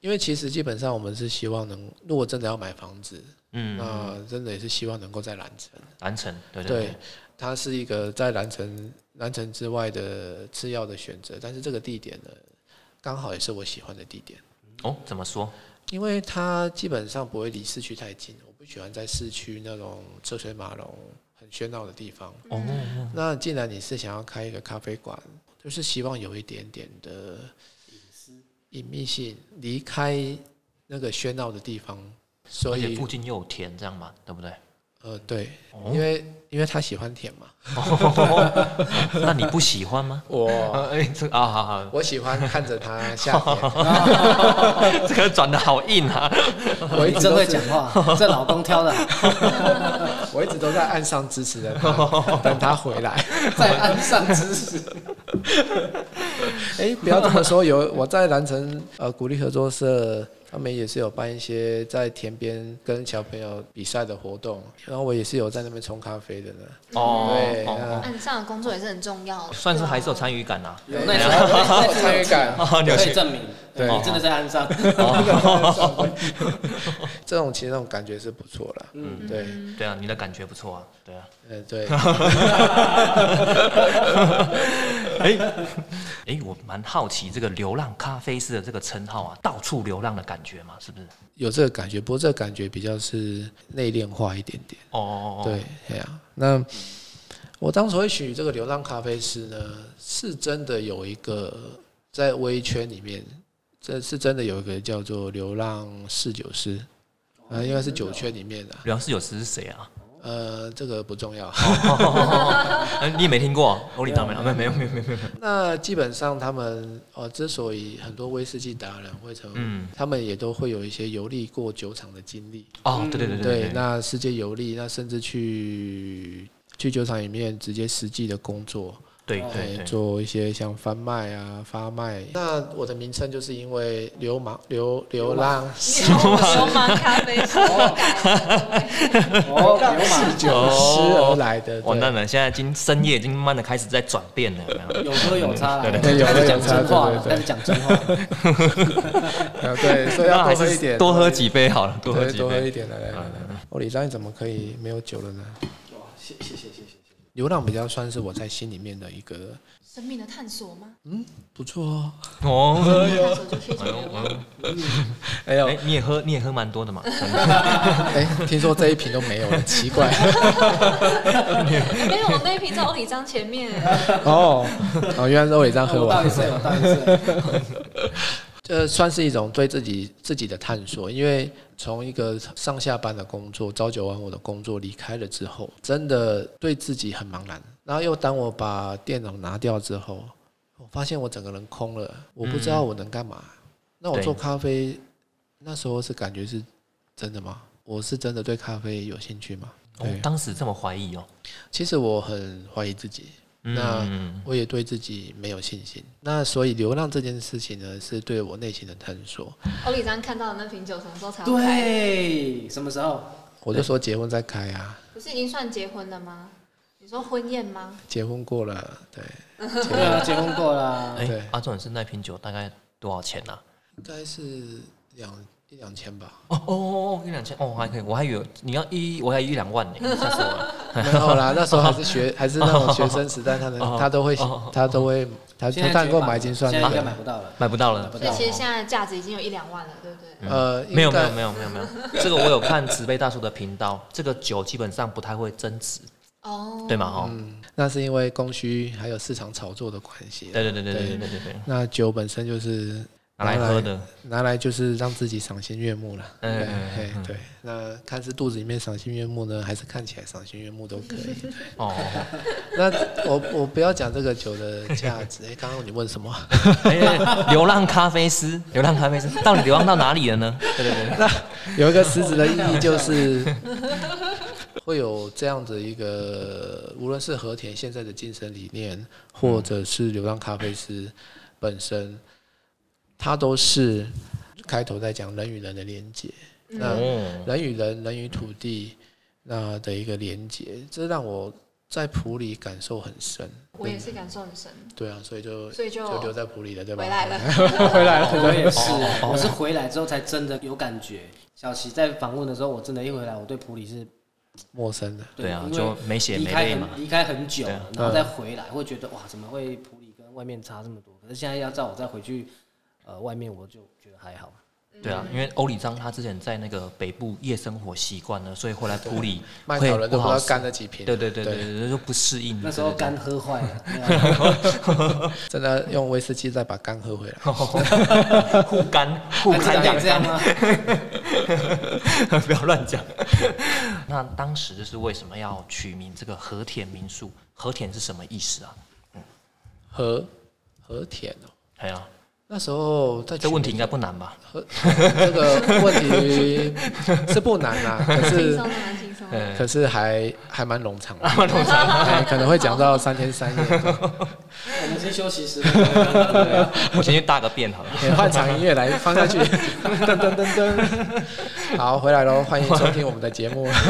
Speaker 3: 因为其实基本上我们是希望能，如果真的要买房子，
Speaker 1: 嗯，
Speaker 3: 那真的也是希望能够在蓝城。
Speaker 1: 蓝城，对对
Speaker 3: 对
Speaker 1: 对，，
Speaker 3: 它是一个在蓝城蓝城之外的次要的选择，但是这个地点呢，刚好也是我喜欢的地点。
Speaker 1: 哦，怎么说？
Speaker 3: 因为它基本上不会离市区太近，我不喜欢在市区那种车水马龙、很喧闹的地方。
Speaker 1: 哦，
Speaker 3: 那既然你是想要开一个咖啡馆，就是希望有一点点的隐秘性，离开那个喧闹的地方。所
Speaker 1: 而且
Speaker 3: 以
Speaker 1: 附，近又有田，这样嘛，对不对？
Speaker 3: 呃，对，
Speaker 1: 哦
Speaker 3: 因为因为他喜欢甜嘛，
Speaker 1: [laughs] 那你不喜欢 [laughs] 吗？
Speaker 3: 我
Speaker 1: 啊，哎，这啊，好好， [laughs]
Speaker 3: 我喜欢看着他下甜，
Speaker 1: 这个转的好硬啊！
Speaker 3: 哦我一
Speaker 4: 你
Speaker 3: 直
Speaker 4: 真
Speaker 3: 都
Speaker 4: 会
Speaker 3: 是
Speaker 4: 讲话，
Speaker 3: [laughs]
Speaker 4: 这老公挑的好，
Speaker 3: 我一直都在岸上支持着
Speaker 1: [laughs]
Speaker 3: 他，等他回来。
Speaker 4: 在岸上支持。
Speaker 3: 哎，不要这么说，有我在蓝城呃鼓励合作社他们也是有办一些在田边跟小朋友比赛的活动，然后我也是有在那边冲咖啡的呢。
Speaker 1: 哦
Speaker 3: 对
Speaker 1: 哦
Speaker 3: 那
Speaker 1: 哦，
Speaker 2: 岸上的工作也是很重要的，
Speaker 1: 算是还是有参
Speaker 2: 与。
Speaker 1: 与感啊呐。
Speaker 4: 有那时候那时候
Speaker 3: 参与感
Speaker 1: 哦你有
Speaker 4: 可
Speaker 1: 去
Speaker 4: 以证明，
Speaker 3: 对哦
Speaker 4: 你真的在岸上。
Speaker 3: 这种其实那种感觉是不错啦。
Speaker 4: 嗯，
Speaker 3: 对，
Speaker 1: 对啊，你的感觉不错啊。对啊，
Speaker 3: 呃，对， [laughs]
Speaker 1: 哎哎，我蛮好奇这个流浪咖啡师的这个称号啊，到处流浪的感觉嘛，是不是？
Speaker 3: 有这个感觉，不过这个感觉比较是内敛化一点点。
Speaker 1: 哦哦哦，
Speaker 3: 对，哎呀、那我当时会取这个流浪咖啡师呢，是真的有一个在微圈里面，这是真的有一个叫做流浪侍酒师，啊、应该是酒圈里面的、
Speaker 1: 流浪室友是谁啊？
Speaker 3: 呃，这个不重要。
Speaker 1: 哎你也没听过？欧里达没有？啊没有没有没有没有没有。
Speaker 3: 那基本上他们哦，之所以很多威士忌达人会成为，
Speaker 1: 嗯
Speaker 3: 他们也都会有一些游历过酒厂的经历。
Speaker 1: 哦，对对对
Speaker 3: 嗯对
Speaker 1: 对，
Speaker 3: 那世界游历，那甚至去去酒厂里面直接实际的工作，
Speaker 1: 对
Speaker 4: 哦
Speaker 1: 对
Speaker 3: 哎
Speaker 1: 对。
Speaker 3: 做一些像贩卖啊、发卖。那我的名称就是因为流氓、流流浪
Speaker 2: 流氓咖啡师改，
Speaker 4: [laughs] 哦，流
Speaker 3: 酒师而来的。
Speaker 1: 哇，
Speaker 3: 对
Speaker 1: 哦那呢？现在已经深夜，已经慢慢的开始在转变了，有没有
Speaker 4: 氓有喝有差啦，
Speaker 1: 对
Speaker 3: 对
Speaker 4: 开始讲真话
Speaker 3: 有
Speaker 4: 了，
Speaker 3: 喝有差对对对
Speaker 4: 开始讲真话。
Speaker 3: 呃对，所以
Speaker 1: 那
Speaker 3: 要
Speaker 1: 还
Speaker 3: 多喝一
Speaker 1: 是
Speaker 3: 点，
Speaker 1: 多喝几杯好了，多喝
Speaker 3: 对，
Speaker 1: 几嗯
Speaker 3: 多喝
Speaker 1: 杯。
Speaker 3: 一点来来来来。哦，李章，你怎么可以没有酒了呢？
Speaker 4: 哇，谢谢谢谢谢谢。
Speaker 3: 流浪比较算是我在心里面的一个
Speaker 2: 生命的探索吗？
Speaker 3: 不错哦。
Speaker 1: 哦，
Speaker 2: 探索就可以解
Speaker 1: 哎呦
Speaker 2: 决
Speaker 1: 哎
Speaker 2: 吗？
Speaker 3: [laughs]
Speaker 1: 呦
Speaker 3: 哎呦，
Speaker 1: 哎，你也喝，你也喝蛮多的
Speaker 3: [laughs]
Speaker 1: 哦嘛，
Speaker 3: 哎，听说这一瓶都没有了，奇怪
Speaker 2: 没有，我那一瓶在欧里张前面。 [laughs]
Speaker 3: 哦。哦， [laughs] 原来是欧里章喝
Speaker 4: 我
Speaker 3: 完
Speaker 1: [laughs]
Speaker 4: 倒一
Speaker 3: 了。
Speaker 4: 次，我倒一次。
Speaker 3: 这算是一种对自己自己的探索，因为从一个上下班的工作，朝九晚五的工作离开了之后，真的对自己很茫然。然后又当我把电脑拿掉之后，我发现我整个人空了，我不知道我能干嘛。那我
Speaker 1: 嗯对
Speaker 3: 做咖啡，那时候是感觉是真的吗？我是真的对咖啡有兴趣吗？
Speaker 1: 哦
Speaker 3: 对，
Speaker 1: 当时这么怀疑哦。
Speaker 3: 其实我很怀疑自己，那
Speaker 1: 嗯，
Speaker 3: 我也对自己没有信心。那所以流浪这件事情呢，是对我内心的探索。
Speaker 2: 欧里张看到的那瓶酒什么时候才要开？
Speaker 4: 对，什么时候？
Speaker 3: 我就说结婚再开啊，
Speaker 2: 不是已经算结婚了吗？你说婚宴吗？
Speaker 3: 结婚过了，对，
Speaker 4: 对啊，结婚过
Speaker 3: [laughs]
Speaker 4: 啦。
Speaker 1: 哎
Speaker 3: 对，
Speaker 1: 阿重点是那瓶酒大概多少钱呢？
Speaker 3: 应该是两一两千吧，
Speaker 1: 哦哦哦哦，一两千哦，还可以，我还以为你要一，我还一两
Speaker 3: [laughs]
Speaker 1: 万呢，吓死我了。
Speaker 3: 没有啦，那时候还是学还是那种学生时代，他能他都会他都会他
Speaker 4: 现在
Speaker 3: 他看过
Speaker 4: 绝版
Speaker 3: 买金算
Speaker 4: 现在应该买
Speaker 3: 的，
Speaker 4: 不到了。
Speaker 1: 买不到了，
Speaker 4: 不
Speaker 2: 所以
Speaker 4: 到
Speaker 2: 其实现在价值已经有一两万了，对不对？
Speaker 3: 呃，
Speaker 1: 嗯没有
Speaker 3: 应
Speaker 1: 没
Speaker 3: 该
Speaker 1: 有没有没有没有，这个我有看慈悲大叔的频道，这个酒基本上不太会增值，
Speaker 2: 哦，
Speaker 1: 对吗？哈，
Speaker 3: 嗯，那是因为供需还有市场炒作的关系。
Speaker 1: 对对对对对
Speaker 3: 对
Speaker 1: 对对对，
Speaker 3: 那酒本身就是
Speaker 1: 拿来喝的，
Speaker 3: 拿来就是让自己赏心悦目了，
Speaker 1: 嗯
Speaker 3: 对
Speaker 1: 嗯
Speaker 3: 嘿对。那看是肚子里面赏心悦目呢，还是看起来赏心悦目都可
Speaker 1: [laughs]
Speaker 3: 以。
Speaker 1: 哦，
Speaker 3: 那我我不要讲这个酒的价值。哎、刚刚你问什么？ [laughs]
Speaker 1: 哎，哎流浪咖啡师， [laughs] 流浪咖啡师到底流浪到哪里了呢？对对对，
Speaker 3: 有一个实质的意
Speaker 1: [laughs]
Speaker 3: 义就是，会有这样的一个，无论是和田现在的精神理念，或者是流浪咖啡师本身，它都是开头在讲人与人的连接，那
Speaker 1: 哦，
Speaker 3: 人与人、人与土地那的一个连接，这让我在普里感受很深。
Speaker 2: 我也是感受很深，
Speaker 3: 对啊，所以就
Speaker 2: 所以就
Speaker 3: 就留在普里了，对吧？
Speaker 2: 回来了。
Speaker 3: 回来了，
Speaker 4: 我也
Speaker 1: 哦
Speaker 4: 是，我是回来之后才真的有感觉。小齐在访问的时候，我真的，一回来我对普里是
Speaker 3: [laughs] 陌生的。
Speaker 1: 对啊，
Speaker 4: 因为
Speaker 1: 就没血
Speaker 4: 离
Speaker 1: 没
Speaker 4: 开
Speaker 1: 泪嘛
Speaker 4: 很，离开很久
Speaker 1: 对啊，
Speaker 4: 然后再回来，会觉得哇，怎么会普里跟外面差这么多？可是现在要叫我再回去，呃，外面我就觉得还好。
Speaker 1: 对啊，因为欧里章他之前在那个北部夜生活习惯了，所以回来普里
Speaker 3: 麦
Speaker 1: 会
Speaker 3: 草人都
Speaker 1: 不
Speaker 3: 不知
Speaker 1: 好
Speaker 3: 道
Speaker 1: 适
Speaker 3: 干了几瓶。
Speaker 1: 对对对对对，就不适应。
Speaker 4: 那时候
Speaker 1: [laughs]
Speaker 4: 肝喝坏了，啊
Speaker 3: 真的用威士忌再把肝喝回来。
Speaker 1: 护肝
Speaker 4: [laughs]
Speaker 1: 护肝
Speaker 4: 敢
Speaker 1: 养
Speaker 4: 这样吗？
Speaker 1: [laughs] 不要乱讲。 [laughs] 那当时就是为什么要取名这个和田民宿？和田是什么意思啊？
Speaker 3: 和和田哦，
Speaker 1: 哎呀，
Speaker 3: 那时候在
Speaker 1: 这问题应该不难吧？
Speaker 3: 这
Speaker 1: [laughs]
Speaker 3: 个问题是不难啦，可
Speaker 2: 轻
Speaker 3: 是
Speaker 2: 松的，蛮轻松啊的。
Speaker 1: 嗯，[laughs]
Speaker 3: 可
Speaker 2: [laughs]
Speaker 3: 哎是还还蛮冗长的，蛮冗长，可能会讲到三天三夜。
Speaker 4: 我们已经休息十分钟了。对啊
Speaker 1: 我先去大个便好了。
Speaker 3: 欸换场音乐来放下去，噔噔噔噔。好，回来喽，欢迎收听我们的节目。
Speaker 1: [laughs]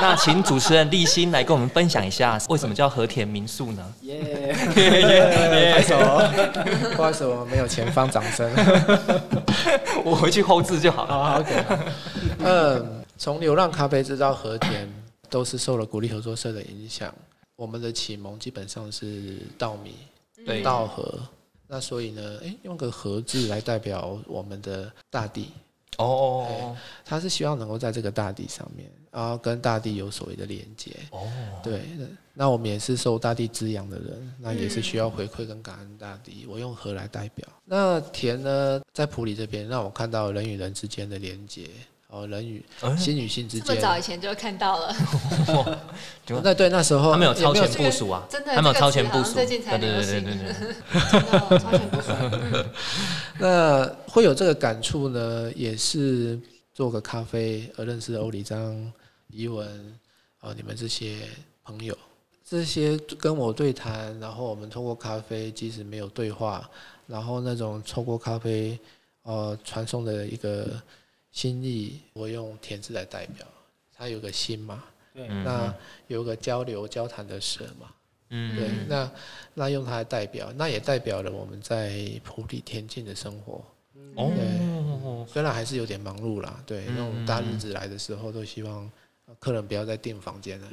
Speaker 1: 那请主持人立新来跟我们分享一下，为什么叫和田民宿呢？[laughs]
Speaker 4: 耶！
Speaker 1: 哎
Speaker 3: 拍手， [laughs] 不好意思，我没有前方掌声。
Speaker 1: 我回去后置就好了。
Speaker 3: 好好，OK。嗯，从流浪咖啡制到和田，都是受了鼓励合作社的影响。我们的启蒙基本上是稻米、
Speaker 1: 对
Speaker 3: 稻禾，那所以呢，诶，用个“禾”字来代表我们的大地，
Speaker 1: 哦哦
Speaker 3: 他是希望能够在这个大地上面，然后跟大地有所谓的连接。
Speaker 1: 哦哦，
Speaker 3: 对，那那我们也是受大地滋养的人，那也是需要回馈跟感恩大地。我用河来代表。那田呢，在普里这边让我看到人与人之间的连接，哦，人与
Speaker 1: 嗯
Speaker 3: 心与心之
Speaker 2: 这么
Speaker 3: 间。
Speaker 2: 早以前就看到了，
Speaker 1: 就
Speaker 3: 那对那时候
Speaker 1: 他们有
Speaker 3: 哦也
Speaker 1: 超
Speaker 3: 没有
Speaker 1: 前部署啊，
Speaker 2: 真的
Speaker 1: 他们有
Speaker 2: 这个
Speaker 1: 超前
Speaker 2: 词好
Speaker 1: 部
Speaker 2: 像
Speaker 1: 署，
Speaker 2: 最
Speaker 1: 对
Speaker 2: 近才
Speaker 1: 对
Speaker 2: 流
Speaker 1: 对对
Speaker 2: 行
Speaker 1: 对对。
Speaker 2: 真的哦超前部署。
Speaker 3: 那会有这个感触呢，也是做个咖啡而认识欧里章、怡文啊、呃你们这些朋友，这些跟我对谈，然后我们透过咖啡，即使没有对话，然后那种透过咖啡呃传送的一个心意，我用田字来代表，它有个心嘛，
Speaker 4: 对
Speaker 1: 嗯
Speaker 3: 那有个交流交谈的舌嘛，对
Speaker 1: 嗯，，
Speaker 3: 那那用它来代表，那也代表了我们在普里田径的生活。
Speaker 1: 哦，
Speaker 3: 虽然还是有点忙碌啦，对，那种大日子来的时候，都希望呃客人不要再订房间了，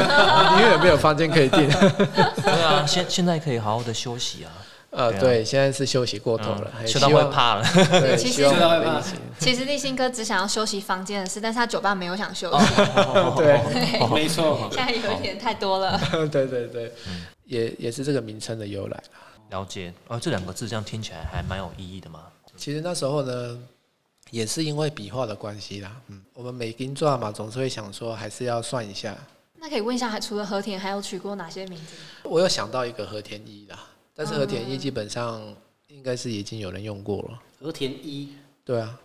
Speaker 3: [laughs] 因为没有房间可以 [laughs] 订。
Speaker 1: 对啊，现现在可以好好的休息啊，
Speaker 3: 呃，
Speaker 1: 对啊
Speaker 3: 对，现在是休息过头了，
Speaker 1: 嗯
Speaker 3: 还
Speaker 1: 秋到
Speaker 3: 希
Speaker 1: 会
Speaker 3: 望，
Speaker 1: 怕了，
Speaker 3: [laughs] 对，
Speaker 2: 其实
Speaker 3: 希望我
Speaker 4: 秋到
Speaker 3: 们
Speaker 4: 会
Speaker 3: 一起，
Speaker 2: 其实立新哥只想要休息房间的事，但是他酒吧没有想休息，
Speaker 3: 对，
Speaker 4: 没错，
Speaker 2: 现在有一点太多了。
Speaker 3: [laughs] 对对对，也也是这个名称的由来啦。
Speaker 1: 了解。哦，这两个字这样听起来还蛮有意义的嘛。
Speaker 3: 其实那时候呢，也是因为笔画的关系啦，嗯，我们每金抓嘛，总是会想说还是要算一下。
Speaker 2: 那可以问一下，还除了和田，还有取过哪些名字？
Speaker 3: 我有想到一个和田一啦，但是和田一基本上应该是已经有人用过了。
Speaker 4: 和田一
Speaker 3: 对啊，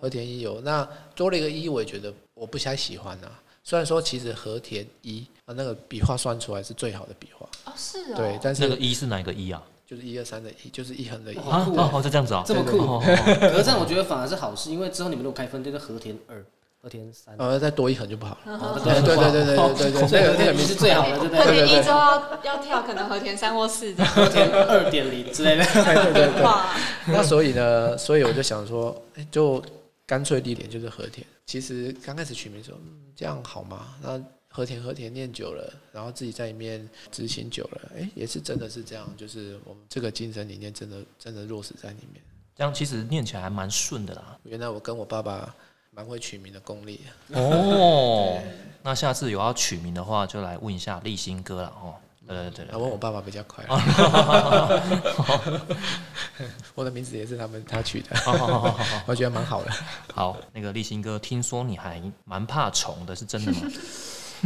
Speaker 3: 和田一有那多了一个一，我也觉得我不太喜欢啊。虽然说其实和田一啊那个笔画算出来是最好的笔画，
Speaker 2: 哦，是哦，
Speaker 3: 对，，但
Speaker 1: 那个
Speaker 3: 是
Speaker 1: 一是哪一个一啊？
Speaker 3: 就是一二三的一，就是一横的一。
Speaker 4: 哇
Speaker 1: 啊
Speaker 4: 好酷
Speaker 1: 哦，哦是这样子哦，
Speaker 4: 这么
Speaker 1: 对对
Speaker 4: 酷
Speaker 1: 对哦哦
Speaker 4: 可是这样我觉得反而是好事，因为之后你们如果开分队，就和田二、和田三，
Speaker 3: 呃，再多一横就不好了。
Speaker 4: 哦
Speaker 3: 对对对对对对对
Speaker 4: 所以
Speaker 3: 那个那个
Speaker 4: 和田一
Speaker 3: 名字
Speaker 4: 是最好的，对
Speaker 1: [laughs]
Speaker 4: 不
Speaker 2: 和
Speaker 4: 对？
Speaker 2: 田一之后要要跳，可能和田三或四这样。
Speaker 4: 和田二点零之类的，
Speaker 2: 哇，
Speaker 1: [laughs]
Speaker 3: 那所以呢，所以我就想说，哎就干脆地点就是和田。其实刚开始取名说，嗯，这样好吗？那和田和田念久了，然后自己在里面执行久了，哎，也是真的是这样，就是我们这个精神理念真的真的落实在里面。
Speaker 1: 这样其实念起来还蛮顺的啦。
Speaker 3: 原来我跟我爸爸蛮会取名的功力。 [laughs]
Speaker 1: 哦，那下次有要取名的话，就来问一下立新哥了哦。对对对
Speaker 3: 啊，问我爸爸比较
Speaker 1: [laughs]
Speaker 3: 快， [laughs] 我的名字也是他们他
Speaker 1: [laughs]
Speaker 3: 取的，
Speaker 1: 哦好好好好好好
Speaker 3: 我觉得蛮好的。
Speaker 1: 好，那个立新哥，听说你还蛮怕虫的，是真的
Speaker 3: [laughs]
Speaker 1: 吗？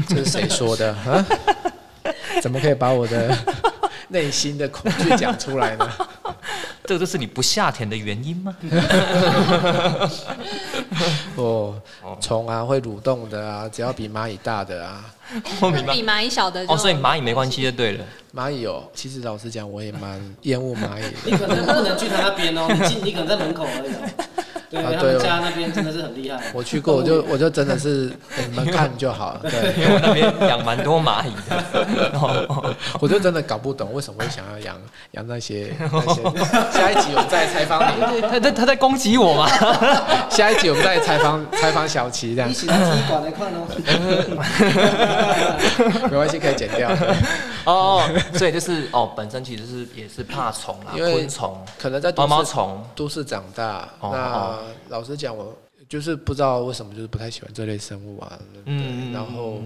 Speaker 3: 这是谁
Speaker 1: [laughs]
Speaker 3: 说的啊？怎么可以把我的内心的恐惧讲出来
Speaker 1: [laughs]
Speaker 3: 呢？
Speaker 1: 这个就是你不下田的原因吗？
Speaker 3: 哦，虫啊，会蠕动的啊，只要比蚂蚁大的啊，
Speaker 1: 我明白。
Speaker 2: 比蚂蚁小的就
Speaker 1: 哦，所以蚂蚁没关系就对了。
Speaker 3: 蚂蚁哦，其实老实讲，我也蛮厌恶蚂蚁
Speaker 1: [laughs]
Speaker 3: 的。
Speaker 4: [laughs] 你可能不能去他那边哦，你进你可能在门口而已
Speaker 3: [laughs]
Speaker 4: 哦。对，
Speaker 3: 啊
Speaker 4: 他
Speaker 3: 对
Speaker 4: 们
Speaker 3: 哦
Speaker 4: 家那边真的是很厉害。
Speaker 3: 我去过，
Speaker 1: [laughs]
Speaker 3: 我就我就真的是哎你们看就好了，对，
Speaker 1: 因为我那边养蛮多蚂蚁的，
Speaker 3: [laughs]
Speaker 1: 哦哦
Speaker 3: 我就真的搞不懂为什么会想要养养那
Speaker 1: [laughs]
Speaker 3: 些那些。下一集我们再采访你，
Speaker 1: 他他他在攻击我吗？
Speaker 3: 下一集我们再采访采访小齐，这样
Speaker 1: [laughs]
Speaker 4: 一起来踢馆来
Speaker 3: [laughs]
Speaker 4: 看哦。
Speaker 3: 没关系，可以剪掉。对
Speaker 1: 哦， [laughs] 所以就是哦，本身其实是也是怕虫啦，
Speaker 3: 因为
Speaker 1: 昆虫、
Speaker 3: 可能在
Speaker 1: 毛
Speaker 3: 都
Speaker 1: 毛
Speaker 3: 市
Speaker 1: 虫。
Speaker 3: 都市长大，
Speaker 1: 哦
Speaker 3: 那
Speaker 1: 哦
Speaker 3: 老实讲，我就是不知道为什么，就是不太喜欢这类生物啊。嗯，
Speaker 1: 嗯
Speaker 3: 然后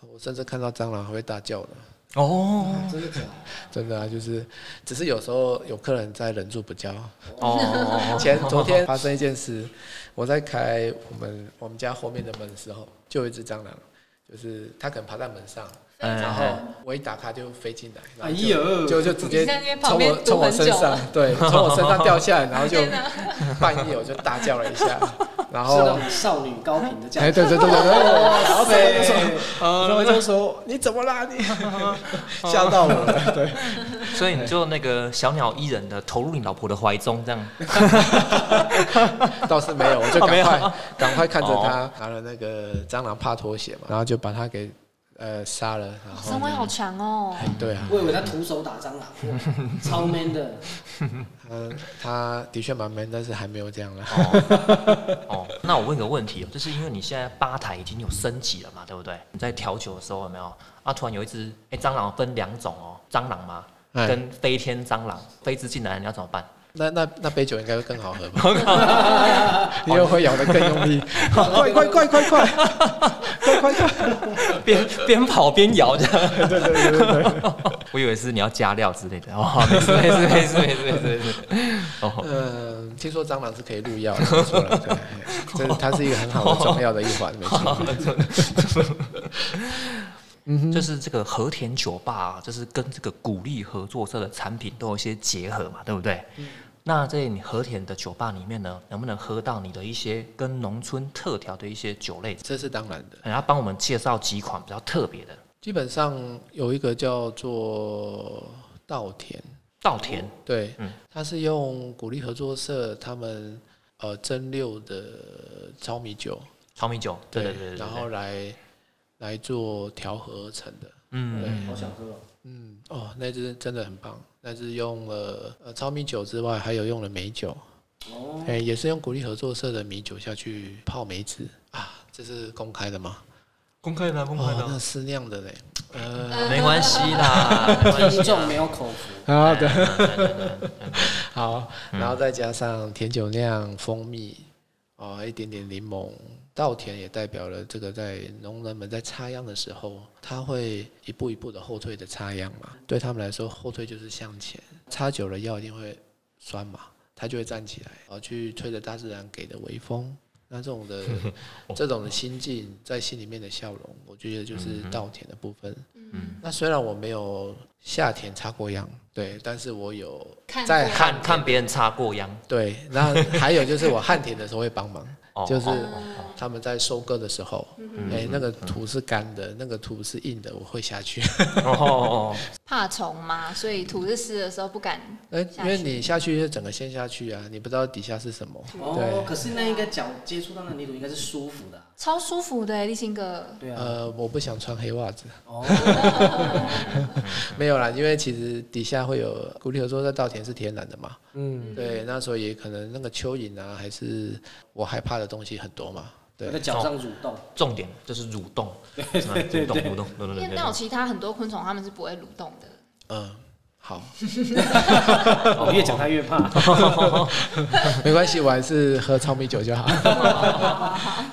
Speaker 3: 我甚至看到蟑螂还会大叫呢，
Speaker 1: 哦
Speaker 4: 真的假的？
Speaker 3: 真的啊，就是只是有时候有客人在忍住不叫。
Speaker 1: 哦哦，
Speaker 3: 前昨天发生一件事，我在开我们我们家后面的门的时候，就有一只蟑螂，就是它可能爬在门上，
Speaker 1: [laughs] 哎
Speaker 3: 然后
Speaker 1: 哎
Speaker 3: 我一打开就飞进来，然
Speaker 4: 哎
Speaker 3: 后就
Speaker 4: 呦，
Speaker 3: 就就直接
Speaker 5: 你在那边旁
Speaker 3: 从
Speaker 5: 边
Speaker 3: 我
Speaker 5: 堵
Speaker 3: 从我
Speaker 5: 很
Speaker 3: 身
Speaker 5: 久啊
Speaker 3: 上，对，从我身上掉下
Speaker 5: [laughs]
Speaker 3: 来，然后就
Speaker 5: 天哪，
Speaker 3: 半夜我就大叫了一
Speaker 5: [laughs]
Speaker 3: 下，然
Speaker 4: 是那
Speaker 3: 后
Speaker 4: 种少女高频的这
Speaker 3: 哎，
Speaker 4: 样。
Speaker 3: 对对对对对，
Speaker 1: [laughs]
Speaker 3: 然后
Speaker 4: 对
Speaker 3: 就说，然后就说你怎么啦你，吓到我了，对，
Speaker 1: 所以你就那个小鸟依人的投入你老婆的怀中，这
Speaker 3: [laughs]
Speaker 1: 样
Speaker 3: 倒是没有，我就
Speaker 1: 哦没
Speaker 3: 赶
Speaker 1: 有哦
Speaker 3: 快赶快看着他拿了那个蟑螂怕拖鞋嘛，然后就把他给呃杀了，然后
Speaker 2: 神威好强哦，
Speaker 3: 哎对啊，
Speaker 4: 我以为他徒手打蟑螂，
Speaker 3: [laughs]
Speaker 4: 哇超 man 的。
Speaker 3: 嗯，他的确蛮 man，但是还没有这样啦。
Speaker 1: 哦哦。那我问个问题哦，就是因为你现在吧台已经有升级了嘛，对不对？你在调酒的时候有没有啊？突然有一只哎、蟑螂分两种哦，蟑螂嘛
Speaker 3: 哎
Speaker 1: 跟飞天蟑螂飞之进来，你要怎么办？
Speaker 3: 那那那杯酒应该会更好喝
Speaker 1: [laughs]
Speaker 3: 吧？你又会咬得更用力，快快快快快快快快！
Speaker 1: 边边跑边摇这样。
Speaker 3: [laughs] 对对对对对。
Speaker 1: [laughs] 我以为是你要加料之类的哦，没事没事没事没事没事没事。哦
Speaker 3: 嗯，听说蟑螂是可以入药的，没错啦对，哎这是它是一个很好的中药的一环，
Speaker 1: [laughs]
Speaker 3: 没错。 [laughs] 嗯
Speaker 1: 就是这个和田酒吧、啊，就是跟这个鼓励合作社的产品都有一些结合嘛，对不对？
Speaker 3: 嗯
Speaker 1: 那在你和田的酒吧里面呢，能不能喝到你的一些跟农村特调的一些酒类？
Speaker 3: 这是当然的。
Speaker 1: 然后帮我们介绍几款比较特别的
Speaker 3: 基本上有一个叫做稻田，
Speaker 1: 稻
Speaker 3: 哦
Speaker 1: 田
Speaker 3: 对
Speaker 1: 嗯，
Speaker 3: 它是用鼓励合作社他们呃蒸馏的糙米酒，
Speaker 1: 糙米酒，对对对对，
Speaker 3: 然
Speaker 1: 对
Speaker 3: 后来来做调和而成的。
Speaker 1: 嗯，
Speaker 4: 好想喝哦。
Speaker 3: 嗯，哦，那支真的很棒，那支用了呃糙米酒之外，还有用了美酒，
Speaker 4: 哦，
Speaker 3: 哎、也是用鼓励合作社的米酒下去泡梅子啊，这是公开的吗？
Speaker 1: 公开的公啊
Speaker 3: 哦，那私酿的嘞，呃，
Speaker 1: 哦没关系
Speaker 3: [laughs]
Speaker 1: 啦，没关系
Speaker 4: 听
Speaker 1: 啦
Speaker 4: 众没有口福，
Speaker 3: 好的，
Speaker 1: 嗯 [laughs] 对对对对对
Speaker 3: 好，然后再加上甜酒酿、蜂蜜，哦，一点点柠檬，稻田也代表了这个在农人们在插秧的时候，他会一步一步的后退的插秧嘛，对他们来说，后退就是向前，插久了腰一定会酸嘛，他就会站起来，哦，去吹着大自然给的微风。那这种的这种的心境，在心里面的笑容，我觉得就是稻田的部分。
Speaker 1: 嗯
Speaker 3: 那虽然我没有夏天插过秧，对，但是我有
Speaker 5: 看
Speaker 3: 在
Speaker 5: 过
Speaker 1: 看看别人插过秧，
Speaker 3: 对，然后还有就是我旱田的时候会帮忙，
Speaker 1: 哦
Speaker 3: 就是
Speaker 1: 哦
Speaker 2: 呃
Speaker 1: 哦
Speaker 3: 他们在收割的时候，
Speaker 1: 嗯
Speaker 3: 哎，那个土是干的，那个土是硬的，我会下去。
Speaker 1: 哦哦哦，
Speaker 2: 怕虫嘛，所以土是湿的时候不敢。
Speaker 3: 哎，因为你下去就整个陷下去啊，你不知道底下是什么。
Speaker 4: 哦
Speaker 3: 对，
Speaker 4: 可是那一个脚接触到那泥土应该是舒服的啊。
Speaker 2: 超舒服的，立新哥，
Speaker 4: 对啊，
Speaker 3: 呃，我不想穿黑袜子，
Speaker 4: 哦，
Speaker 3: 没有啦，因为其实底下会有古里合作社稻田是天然的嘛，
Speaker 4: 嗯，
Speaker 3: 对，那所以可能那个蚯蚓啊，还是我害怕的东西很多嘛，
Speaker 4: 我
Speaker 3: 对哦
Speaker 4: 在，脚上蠕动，
Speaker 1: 重点就是蠕动，是吧蠕动蠕动，对对
Speaker 2: 因
Speaker 1: 对对
Speaker 2: 为那有其他很多昆虫，它们是不会蠕动的。
Speaker 3: 嗯，好，
Speaker 4: 哦，越讲他越怕。
Speaker 3: [laughs] 没关系，我还是喝糙米酒
Speaker 1: [laughs]
Speaker 3: 就好。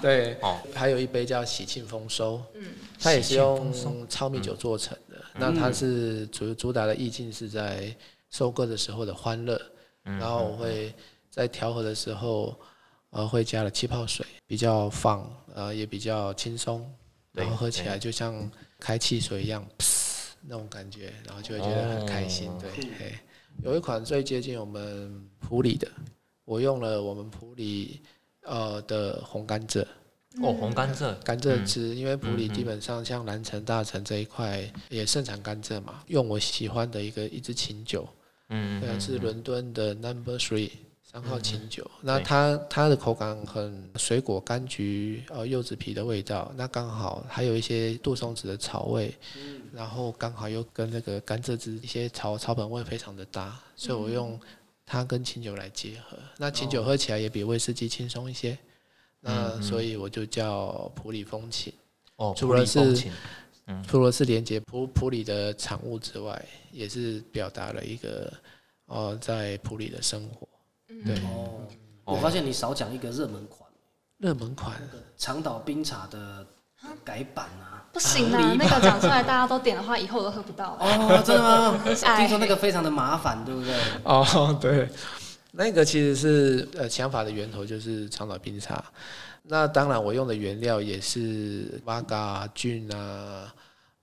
Speaker 3: 对，
Speaker 1: 哦
Speaker 3: 还有一杯叫喜庆丰收，
Speaker 2: 嗯，
Speaker 3: 它也是用
Speaker 1: 喜庆
Speaker 3: 糙米酒做成的。那
Speaker 1: 嗯
Speaker 3: 它是主主打的意境是在收割的时候的欢乐，
Speaker 1: 嗯
Speaker 3: 然后我会在调和的时候，呃，会加了气泡水，比较放，呃，也比较轻松，
Speaker 1: 对
Speaker 3: 然后喝起来就像开汽水一样，噗那种感觉，然后就会觉得很开心。
Speaker 1: 哦
Speaker 3: 对，嘿有一款最接近我们普里的，我用了我们普里呃的红甘蔗。
Speaker 1: 哦，红甘蔗，
Speaker 3: 甘蔗汁，因为普里基本上像蓝城、大城这一块也盛产甘蔗嘛，用我喜欢的一个一支琴酒，
Speaker 1: 嗯，
Speaker 3: 对，是伦敦的 Number Three 三号琴酒。那
Speaker 1: 对
Speaker 3: 它它的口感很水果、柑橘、呃柚子皮的味道，那刚好还有一些杜松子的草味，
Speaker 1: 嗯
Speaker 3: 然后刚好又跟那个甘蔗汁一些草草本味非常的搭，所以
Speaker 1: 嗯
Speaker 3: 我用它跟琴酒来结合。那琴
Speaker 1: 哦
Speaker 3: 酒喝起来也比威士忌轻松一些。
Speaker 1: 嗯
Speaker 3: 那所以我就叫普里风情，
Speaker 1: 哦，
Speaker 3: 除了是
Speaker 1: 普利风情
Speaker 3: 除了是连接普普里的产物之外，也是表达了一个呃在普里的生活。对，
Speaker 4: 哦，我发现你少讲一个热门款，
Speaker 3: 热门款
Speaker 4: 长岛冰茶的改版
Speaker 2: [laughs]
Speaker 4: 啊。
Speaker 2: 不行啊，那个讲出来大家都点的话，以后都喝不
Speaker 3: [laughs]
Speaker 2: 到欸了。
Speaker 4: 哦，真的吗？
Speaker 2: 哎
Speaker 4: 听说那个非常的麻烦，对
Speaker 2: [laughs]
Speaker 4: 不对？
Speaker 2: 嗯
Speaker 3: [laughs] 哦，对，那个其实是呃想法的源头就是长岛冰茶。那当然，我用的原料也是哇嘎菌啊、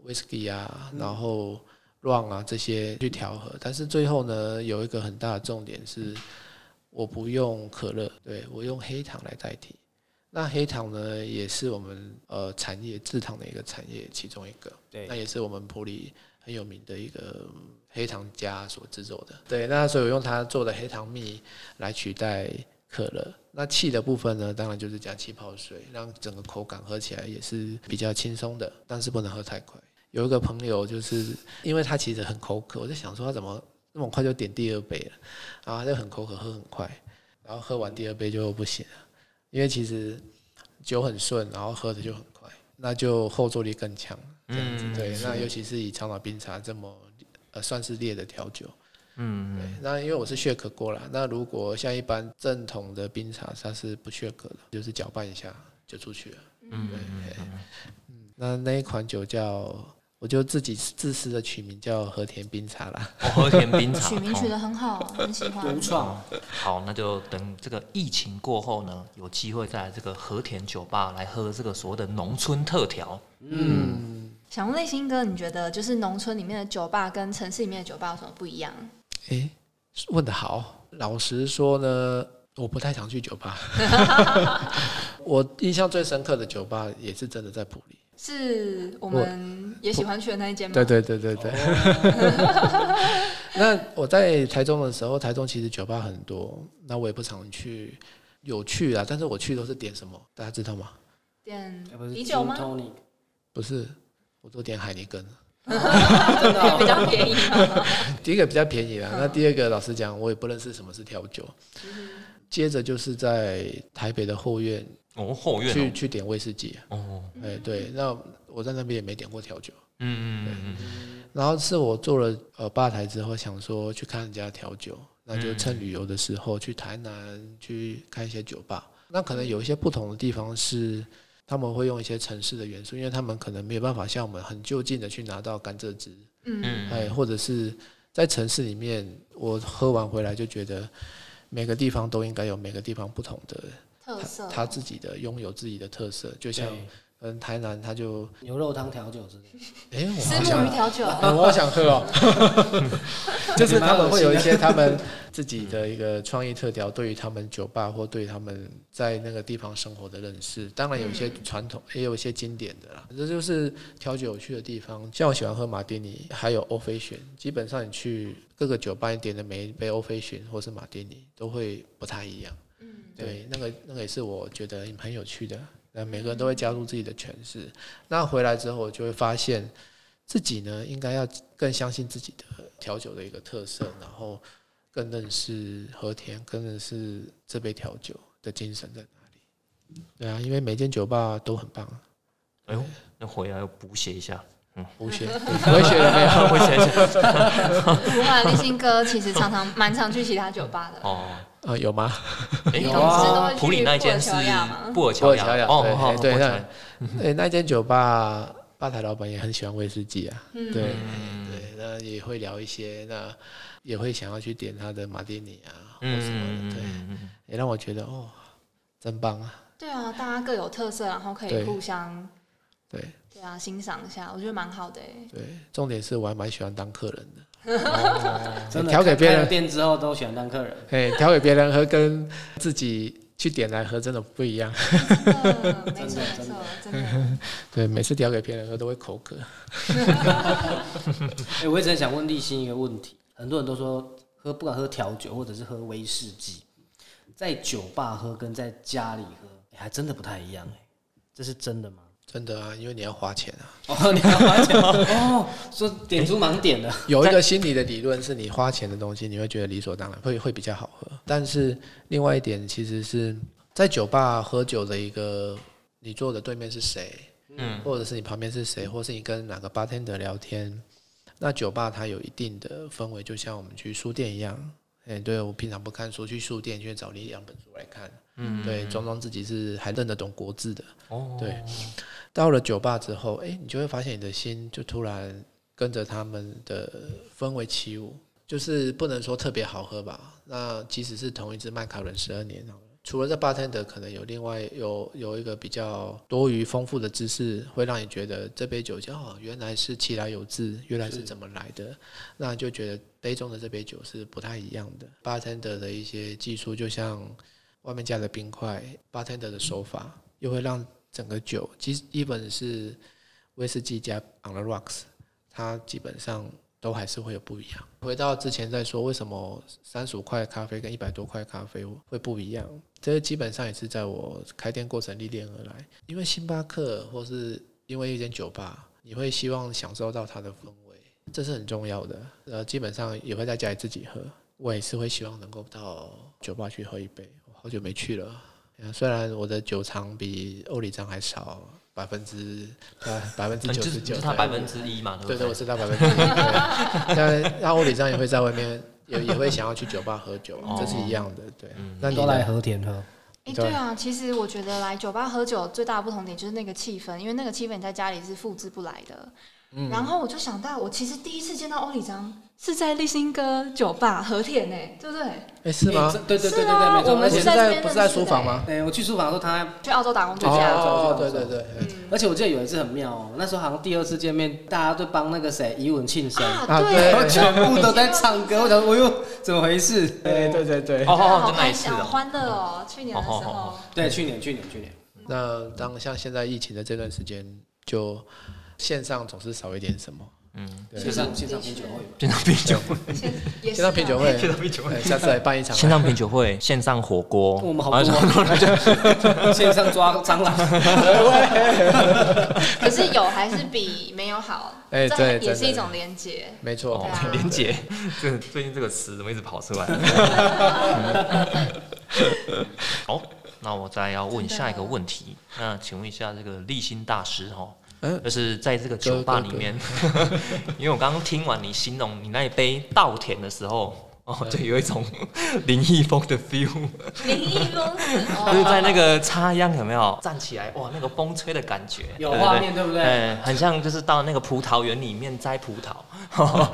Speaker 3: whisky 啊，然后 rum 啊这些去调和。但是最后呢，有一个很大的重点是，我不用可乐，对我用黑糖来代替。那黑糖呢，也是我们呃产业制糖的一个产业其中一个。
Speaker 4: 对
Speaker 3: 那，也是我们普里很有名的一个黑糖家所制作的。对，那所以我用它做的黑糖蜜来取代可乐。那气的部分呢，当然就是加气泡水，让整个口感喝起来也是比较轻松的，但是不能喝太快。有一个朋友就是因为他其实很口渴，我就想说他怎么那么快就点第二杯了，然后他就很口渴，喝很快，然后喝完第二杯就不行了，因为其实酒很顺，然后喝的就很快，那就后坐力更强。
Speaker 1: 嗯，
Speaker 3: 对，那尤其是以长岛冰茶这么呃算是烈的调酒，
Speaker 1: 嗯，
Speaker 3: 对，那因为我是血可过啦，那如果像一般正统的冰茶，它是不血可的，就是搅拌一下就出去了。嗯，对，
Speaker 1: 哦
Speaker 3: 嗯，那那一款酒叫，我就自己自私的取名叫和田冰茶啦。
Speaker 1: 我喝甜冰茶。
Speaker 2: 取名取
Speaker 1: 哦
Speaker 2: 得很好，很喜欢。
Speaker 4: 独创，
Speaker 1: 好，那就等这个疫情过后呢，有机会再来这个和田酒吧来喝这个所谓的农村特调。
Speaker 2: 想问内心哥，你觉得就是农村里面的酒吧跟城市里面的酒吧有什么不一样？
Speaker 3: 诶，问得好。老实说呢，我不太常去酒 [laughs] 吧。我印象最深刻的酒吧也是真的在普里。
Speaker 2: 是我们也喜欢去的那一间吗？
Speaker 3: 对对对对对。 [laughs] 那我在台中的时候，台中其实酒吧很多，那我也不常去，有去啊，但是我去都是点什么，大家知道吗？
Speaker 2: 点
Speaker 4: 哎不是
Speaker 2: 啤酒吗？
Speaker 4: Tony，
Speaker 3: 不是，我都点海尼根，
Speaker 4: 真的
Speaker 2: 比
Speaker 4: 哦
Speaker 2: 较便宜吗？
Speaker 3: 第一个比较便宜啦。啊那第二个，老实讲，我也不认识什么是调酒。接着就是在台北的后院
Speaker 1: 哦，后院
Speaker 3: 去去点威士忌，
Speaker 1: 哦，哦
Speaker 3: [laughs] 哎对，那我在那边也没点过调酒。
Speaker 1: 嗯嗯嗯嗯，
Speaker 3: 然后是我做了呃吧台之后，想说去看人家调酒，那就趁旅游的时候去台南去看一些酒吧。那可能有一些不同的地方是他们会用一些城市的元素，因为他们可能没有办法像我们很就近的去拿到甘蔗汁，
Speaker 2: 嗯，
Speaker 3: 哎，或者是在城市里面，我喝完回来就觉得每个地方都应该有每个地方不同的
Speaker 2: 特色。
Speaker 3: 他自己的拥有自己的特色，就像
Speaker 4: 对
Speaker 3: 嗯台南他就
Speaker 4: 牛肉汤调酒之类
Speaker 2: [laughs]
Speaker 4: 的，
Speaker 3: 哎我
Speaker 2: 石
Speaker 3: 好
Speaker 2: 木
Speaker 3: 像
Speaker 2: 鱼调酒，
Speaker 3: 嗯 [laughs] 我好想喝哦。就是他们会有一些他们自己的一个创意特调，对于他们酒吧或对他们在那个地方生活的认识。当然有一些传统，也有一些经典的啦。这就是调酒有趣的地方。像我喜欢喝马丁尼，还有欧菲旋。基本上你去各个酒吧，你点的每一杯欧菲旋或是马丁尼都会不太一样。对，那个那个也是我觉得很有趣的。那每个人都会加入自己的诠释。那回来之后，我就会发现自己呢，应该要更相信自己的调酒的一个特色，然后更认识和田，更认识这杯调酒的精神在哪里。对啊，因为每间酒吧都很棒啊，
Speaker 1: 哎呦，那回来要补写一
Speaker 3: [laughs]
Speaker 1: 下，
Speaker 3: 无
Speaker 4: [laughs]
Speaker 3: 学我也学了没有？ [laughs]
Speaker 1: 补写一下。
Speaker 2: 不会，立新哥其实常常蛮常去其他酒吧
Speaker 3: [laughs]
Speaker 2: 的。
Speaker 1: 哦，
Speaker 3: 啊，有吗？
Speaker 1: 哎
Speaker 4: 有
Speaker 2: 同
Speaker 4: 啊
Speaker 2: 事都会去
Speaker 1: 普里那间是
Speaker 2: 布尔乔亚吗
Speaker 1: 布尔
Speaker 3: 我
Speaker 1: 乔
Speaker 3: 也
Speaker 1: 亚
Speaker 3: 想想，
Speaker 1: 哦，好，
Speaker 3: 对
Speaker 1: 布
Speaker 3: 对，
Speaker 1: 尔乔亚
Speaker 3: 那对那间酒吧吧台老板也很喜欢威士忌啊，
Speaker 4: 嗯
Speaker 3: 对
Speaker 1: 嗯
Speaker 3: 对，那也会聊一些，那也会想要去点他的马蒂尼啊，或什么
Speaker 1: 嗯
Speaker 3: 的，对，
Speaker 1: 嗯
Speaker 3: 也让我觉得哦，真棒啊，
Speaker 2: 对啊，大家各有特色，然后可以
Speaker 3: 对
Speaker 2: 互相
Speaker 3: 对。
Speaker 2: 对啊欣赏一下，我觉得蛮好的欸。
Speaker 3: 对，重点是我还蛮喜欢当客人
Speaker 4: [laughs]
Speaker 3: 的，哦
Speaker 4: 真的
Speaker 3: 调给别人
Speaker 4: 开了店之后都喜欢当客人，
Speaker 3: 哎，调给别人喝跟自己去点来喝真的不一样。
Speaker 2: 嗯没错没错，真的。
Speaker 3: 对，每次调给别人喝都会口渴。
Speaker 4: 哎、我一直很想问立新一个问题，很多人都说喝不管喝调酒或者是喝威士忌，在酒吧喝跟在家里喝、哎还真的不太一样哎、这是真的吗？
Speaker 3: 真的啊，因为你要花钱啊。
Speaker 4: 哦，你要花钱 [laughs] 哦，说点出盲点了，
Speaker 3: [laughs] 有一个心理的理论是你花钱的东西，你会觉得理所当然，会会比较好喝。但是另外一点其实是在酒吧喝酒的一个，你坐的对面是谁，嗯，或者是你旁边是谁，或是你跟哪个 bartender 聊天，那酒吧它有一定的氛围，就像我们去书店一样。哎、对我平常不看书，去书店就会找你一两本书来看，嗯，对，装装自己是还认得懂国字的，
Speaker 1: 哦，
Speaker 3: 对，到了酒吧之后，哎、你就会发现你的心就突然跟着他们的氛围起舞，就是不能说特别好喝吧。那即使是同一支麦卡伦十二年，除了这 bartender，可能有另外有有一个比较多余丰富的知识，会让你觉得这杯酒哦，原来是其来有自，原来是怎么来的，那就觉得杯中的这杯酒是不太一样的。bartender 的一些技术，就像外面加的冰块，bartender 的手法，又会让整个酒，其实一本是威士忌加 on the rocks，它基本上都还是会有不一样。回到之前在说，为什么三十五块咖啡跟一百多块咖啡会不一样？这个基本上也是在我开店过程历练而来。因为星巴克或是因为一间酒吧，你会希望享受到它的氛围，这是很重要的。呃，基本上也会在家里自己喝，我也是会希望能够到酒吧去喝一杯。我好久没去了， [laughs] 呃虽然我的酒藏比欧里张还少百分之呃百分之
Speaker 1: 你
Speaker 3: 九
Speaker 1: 嗯就
Speaker 3: 十
Speaker 1: 是你
Speaker 3: 九，
Speaker 1: 就是他百分之一嘛，对不
Speaker 3: 对对，
Speaker 1: 对
Speaker 3: 我？知道百分之
Speaker 1: [laughs]
Speaker 3: 一。但那我理上也会在外面，也也会想要去酒吧喝酒，啊
Speaker 1: 哦
Speaker 3: 这是一样的。对，
Speaker 1: 嗯
Speaker 3: 那你
Speaker 4: 都来
Speaker 3: 来
Speaker 4: 和田喝，
Speaker 2: 哎、
Speaker 3: 对
Speaker 2: 对啊，其实我觉得来酒吧喝酒最大的不同点就是那个气氛，因为那个气氛你在家里是复制不来的。然后我就想到，我其实第一次见到欧里章是在立新哥酒吧和田呢、对不对？
Speaker 3: 哎是吗
Speaker 4: 欸这？对对对对
Speaker 2: 是啊
Speaker 4: 对，没错。
Speaker 2: 我们
Speaker 4: 而
Speaker 3: 不
Speaker 4: 且
Speaker 3: 是
Speaker 2: 在这边
Speaker 3: 在不是在
Speaker 2: 认识
Speaker 3: 书
Speaker 2: 的
Speaker 3: 房吗？
Speaker 4: 哎，我去书房的时候，他
Speaker 2: 去澳洲打工度
Speaker 4: 对
Speaker 2: 假，
Speaker 3: 哦，
Speaker 4: 对
Speaker 3: 对
Speaker 4: 对
Speaker 3: 对对，嗯
Speaker 4: 而且我记得有一次很妙哦，那时候好像第二次见面，大家都帮那个谁怡文庆生， [laughs]
Speaker 3: 啊
Speaker 2: 啊，
Speaker 3: 对
Speaker 2: 对，
Speaker 4: 然后全部都在唱歌，我想说，哎呦，怎么回事？
Speaker 3: 对对对对。
Speaker 1: 哦哦，
Speaker 2: 好
Speaker 1: 就那
Speaker 2: 开
Speaker 1: 一次
Speaker 2: 心，好
Speaker 1: 哦。
Speaker 2: 欢乐哦！去年的时
Speaker 1: 哦哦
Speaker 2: 候，
Speaker 4: 对，去年去年去年，
Speaker 3: 那当像现在疫情的这段时间，就线上总是少一点什么。
Speaker 1: 嗯，
Speaker 3: 对
Speaker 4: 线上线上品酒会嘛，
Speaker 1: 线上品酒会，
Speaker 2: 也是
Speaker 3: 线上品酒
Speaker 2: 啊
Speaker 3: 会，
Speaker 1: 线上品酒会
Speaker 3: 哎下次来办一
Speaker 1: [laughs]
Speaker 3: 场。
Speaker 1: 线上品酒会，线上火锅，哦
Speaker 4: 我们好
Speaker 1: 然后
Speaker 4: 多啊，线上抓蟑螂，
Speaker 2: 可是有还是比没有好，
Speaker 3: 哎
Speaker 2: 这
Speaker 3: 对
Speaker 2: 也是
Speaker 3: 真的
Speaker 2: 一种连接。
Speaker 3: 没
Speaker 1: [laughs]
Speaker 3: 错
Speaker 1: 哦，
Speaker 2: 对啊，
Speaker 1: [laughs] 连姐，这最近这个词怎么一直跑 [laughs] 出来？好，那我再要问下一个问题。那请问一下，这个立新大师哈，
Speaker 3: 嗯
Speaker 1: 就是在这个酒吧里面， [laughs] 因为我刚刚听完你形容你那一杯稻田的时候，哦，就有一种 [laughs] 林毅峰的 feel，
Speaker 2: 林一峰是
Speaker 1: 就是在那
Speaker 2: 哦，
Speaker 1: 个插秧有没有站起来，哇，那个风吹的感觉，
Speaker 4: 有
Speaker 1: 对不对
Speaker 4: 画面对不对？
Speaker 1: 哎，很像就是到那个葡萄园里面摘葡
Speaker 4: [laughs]
Speaker 1: 萄，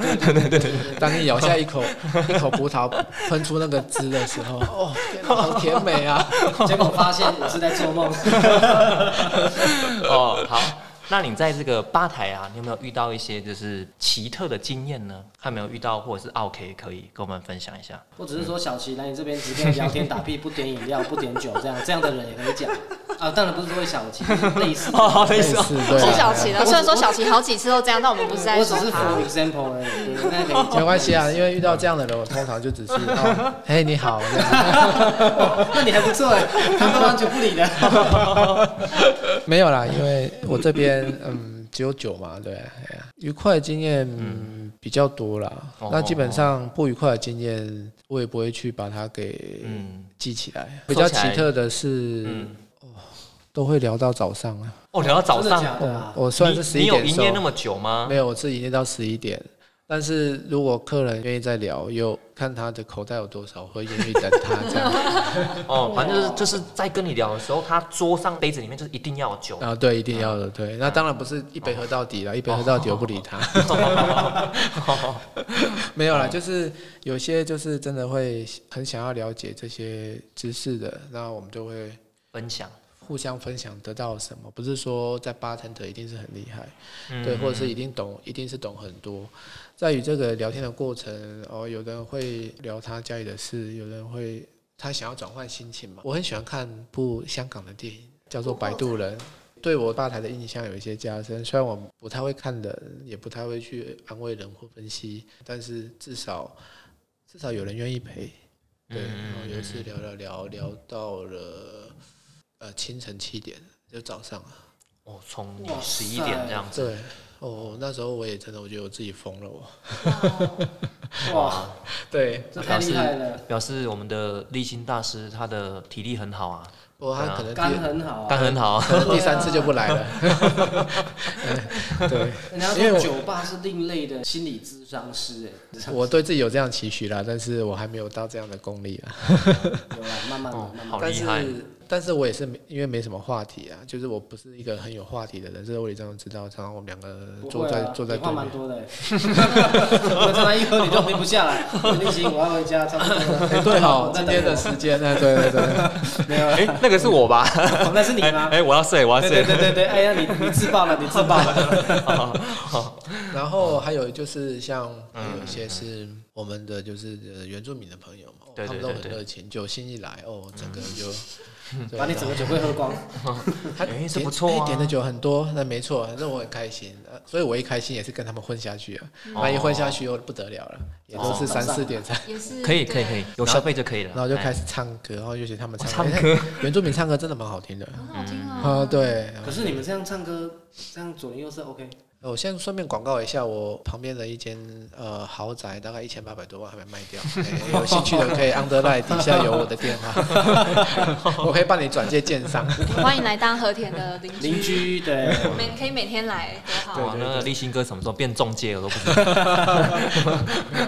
Speaker 3: 当你咬下一口一口葡萄，喷出那个汁的时候，哦，天哪好甜美
Speaker 1: [laughs]
Speaker 3: 啊！
Speaker 4: 结果发现我是在做梦，
Speaker 1: 哦，好，那你在这个吧台啊，你有没有遇到一些就是奇特的经验呢？看有没有遇到，或者是 OK 可以跟我们分享一 [laughs] 下。
Speaker 4: 我只是说小齐来你这边只跟你聊天打屁，不点饮料，不点酒，这样这样的人也可以讲啊，当然不是说小齐，类似。
Speaker 1: 哦，类
Speaker 3: 类
Speaker 1: 似
Speaker 3: 似
Speaker 1: 哦，
Speaker 3: 对啊
Speaker 2: 是小齐的。虽然说小齐好几次都这样，但我们不是在
Speaker 4: 我只
Speaker 2: 说
Speaker 4: 是
Speaker 2: 他
Speaker 4: for。example 而已，对那可以讲
Speaker 3: [laughs] 没关系啊，因为遇到这样的人，我通常就
Speaker 1: [laughs]
Speaker 3: 只是，哦嘿、你好， [laughs] 这样
Speaker 4: [laughs] 那你还不错哎，他们完全不
Speaker 3: [laughs]
Speaker 4: 理的。
Speaker 3: 没有啦，因为我这边嗯只有酒嘛，对，哎呀愉快的经验、嗯、比较多啦。
Speaker 1: 哦
Speaker 3: 那基本上不愉快的经验，我也不会去把它给
Speaker 1: 嗯，
Speaker 3: 记起来。
Speaker 1: 说
Speaker 3: 比
Speaker 1: 起来
Speaker 3: 较奇特的是，
Speaker 1: 嗯
Speaker 3: 都会聊到早上啊。哦
Speaker 1: 哦，聊到早
Speaker 4: 真的
Speaker 1: 上，
Speaker 4: 假的啊？
Speaker 3: 我虽然
Speaker 1: 你
Speaker 3: 是十
Speaker 1: 你
Speaker 3: 一
Speaker 1: 有
Speaker 3: 点
Speaker 1: 营
Speaker 3: 收
Speaker 1: 业那么久吗？
Speaker 3: 没有，我是营业到十一点。但是如果客人愿意再聊，又看他的口袋有多少，我会愿意等他这样。
Speaker 1: 哦，反正就是就是在跟你聊的时候，他桌上杯子里面就是一定要有酒。
Speaker 3: 啊，对，一定要的，对。那当然不是一杯喝到底了，一杯喝到底我不理他。 [laughs]
Speaker 4: 哦
Speaker 3: 没有啦，就是有些就是真的会很想要了解这些知识的，那我们就会
Speaker 1: [laughs] 分享，
Speaker 3: 互相分享得到什么，不是说在 bartender 一定是很厉害，
Speaker 1: 嗯
Speaker 3: 对，或者是一定懂，一定是懂很多。在与这个聊天的过程，哦，有的人会聊他家里的事，有人会他想要转换心情嘛。我很喜欢看部香港的电影，叫做《摆渡人》。对我吧台的印象有一些加深，虽然我不太会看人，也不太会去安慰人或分析，但是至少至少有人愿意陪。对，然后有一次聊聊聊聊到了呃清晨七点，就早上啊。
Speaker 1: 哦，从
Speaker 4: 哇
Speaker 1: 十一点
Speaker 4: 塞
Speaker 1: 这样子，
Speaker 3: 对，哦，那时候我也真的，我觉得我自己疯了，我。
Speaker 4: 哇，
Speaker 3: 对，
Speaker 4: 这太厉害了，
Speaker 1: 表示我们的立新大师他的体力很好啊，
Speaker 3: 不过他可能
Speaker 4: 肝
Speaker 3: 第
Speaker 4: 很好
Speaker 1: 但
Speaker 4: 啊。
Speaker 1: 很好啊。
Speaker 3: 可能第三次就不来了。 [laughs] 对，
Speaker 4: 人家
Speaker 3: 因为
Speaker 4: 说
Speaker 3: 我
Speaker 4: 酒吧是另类的心理咨商师哎，
Speaker 3: 我对自己有这样期许啦，但是我还没有到这样的功力啦。
Speaker 4: 有啦，慢慢的
Speaker 1: 哦，
Speaker 4: 慢
Speaker 1: 好
Speaker 4: 慢的。
Speaker 3: 但
Speaker 1: 厉
Speaker 3: 是
Speaker 1: 害
Speaker 3: 但是我也是没因为没什么话题啊，就是我不是一个很有话题的人，这个我也这样知道。常常我们两个坐在、坐在对
Speaker 4: 话啊蛮
Speaker 3: 面，
Speaker 4: 多的，哎 [laughs] 我常常一喝你就停不
Speaker 3: [laughs]
Speaker 4: 下来。立行，我要回家，差不多了。
Speaker 3: 哎， [laughs] 对好，
Speaker 4: 那
Speaker 3: 今天的时间，哎，对对对，
Speaker 4: 没有
Speaker 1: [laughs]
Speaker 4: 了，
Speaker 1: 哎，那个是我吧？
Speaker 4: 那是你
Speaker 1: 哎
Speaker 4: 吗？
Speaker 1: 哎，我要睡，我要
Speaker 4: 对对
Speaker 1: 睡。
Speaker 4: 对对对，哎呀，你你自爆了，你自
Speaker 3: [laughs]
Speaker 4: 爆了。
Speaker 3: 然后还有就是像
Speaker 1: 嗯
Speaker 3: 有一些是我们的就是呃原住民的朋友嘛，哦
Speaker 1: 对
Speaker 3: 他
Speaker 1: 对
Speaker 3: 们都
Speaker 1: 对
Speaker 3: 很
Speaker 1: 对嗯
Speaker 3: 热情，酒心一来哦，整个就对
Speaker 4: 把你整个酒会喝光，
Speaker 3: 他
Speaker 1: 哎是
Speaker 3: 点
Speaker 1: 不错
Speaker 3: 哎
Speaker 1: 啊
Speaker 3: 点的酒很多，那没错，那我很开心，呃所以我一开心也是跟他们混下去啊，
Speaker 1: 哦
Speaker 3: 万一混下去又不得了了，也都是
Speaker 4: 哦
Speaker 3: 三四点才，
Speaker 2: 也是
Speaker 1: 可以可以可以，，有消费就可以了。
Speaker 3: 然后就开
Speaker 1: 始
Speaker 3: 始唱歌，然后就学他们
Speaker 1: 啊哦
Speaker 3: 唱
Speaker 1: 唱歌
Speaker 3: 歌，
Speaker 1: 哦
Speaker 3: 哎原住民唱歌真的蛮好听的
Speaker 2: 对很好听啊。
Speaker 3: 啊，，对。
Speaker 4: 可是你们这样唱歌，这样左邻右舍 OK，
Speaker 3: 呃我先顺便广告一下，我旁边的一间呃豪宅，大概一千八百多万还没卖
Speaker 1: [laughs]
Speaker 3: 掉，哎有兴趣的可以 underline 底下有我的电
Speaker 1: [laughs]
Speaker 3: 话，我可以帮你转介建商。
Speaker 2: 欢迎来当和田的邻居，
Speaker 4: 邻居对，
Speaker 3: 哦
Speaker 2: 每可以每天来，多好
Speaker 1: 哎哇
Speaker 2: 啊！，
Speaker 1: 那个立新哥什么时候变中介我都不知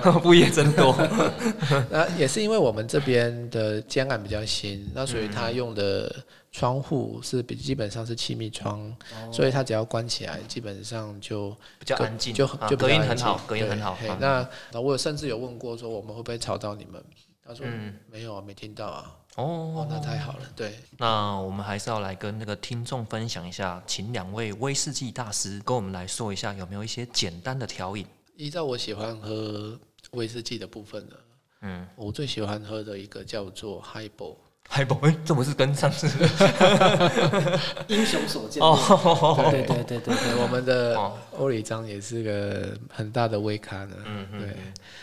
Speaker 1: 道，
Speaker 3: [laughs]
Speaker 1: 不业真多。
Speaker 3: 那也是因为我们这边的建案比较新，那所以它
Speaker 1: 嗯
Speaker 3: 用的窗户是比基本上是气密窗，
Speaker 1: 哦
Speaker 3: 所以它只要关起来，基本上就
Speaker 1: 比较
Speaker 3: 隔
Speaker 1: 安静，
Speaker 3: 就
Speaker 1: 啊
Speaker 3: 就比较
Speaker 1: 隔音
Speaker 3: 安
Speaker 1: 很
Speaker 3: 静
Speaker 1: 好，隔音很好
Speaker 3: 对。嘿
Speaker 1: 啊
Speaker 3: 那那我有甚至有问过说我们会不会吵到你们，他说
Speaker 1: 嗯
Speaker 3: 没有啊，没听到啊。哦
Speaker 1: 哦，，
Speaker 3: 那太好了，对。
Speaker 1: 那我们还是要来跟那个听众分享一下，请两位威士忌大师跟我们来说一下，有没有一些简单的调饮？
Speaker 3: 依照我喜欢喝威士忌的部分呢，
Speaker 1: 嗯，
Speaker 3: 我最喜欢喝的一个叫做 Highball，
Speaker 1: 海宝，哎，这不是跟上次
Speaker 4: 英雄所见。
Speaker 1: 哦，
Speaker 4: 对对对对对，
Speaker 3: 对我们的
Speaker 1: 哦
Speaker 3: 欧里章也是个很大的威咖呢。
Speaker 1: 嗯嗯
Speaker 3: 对，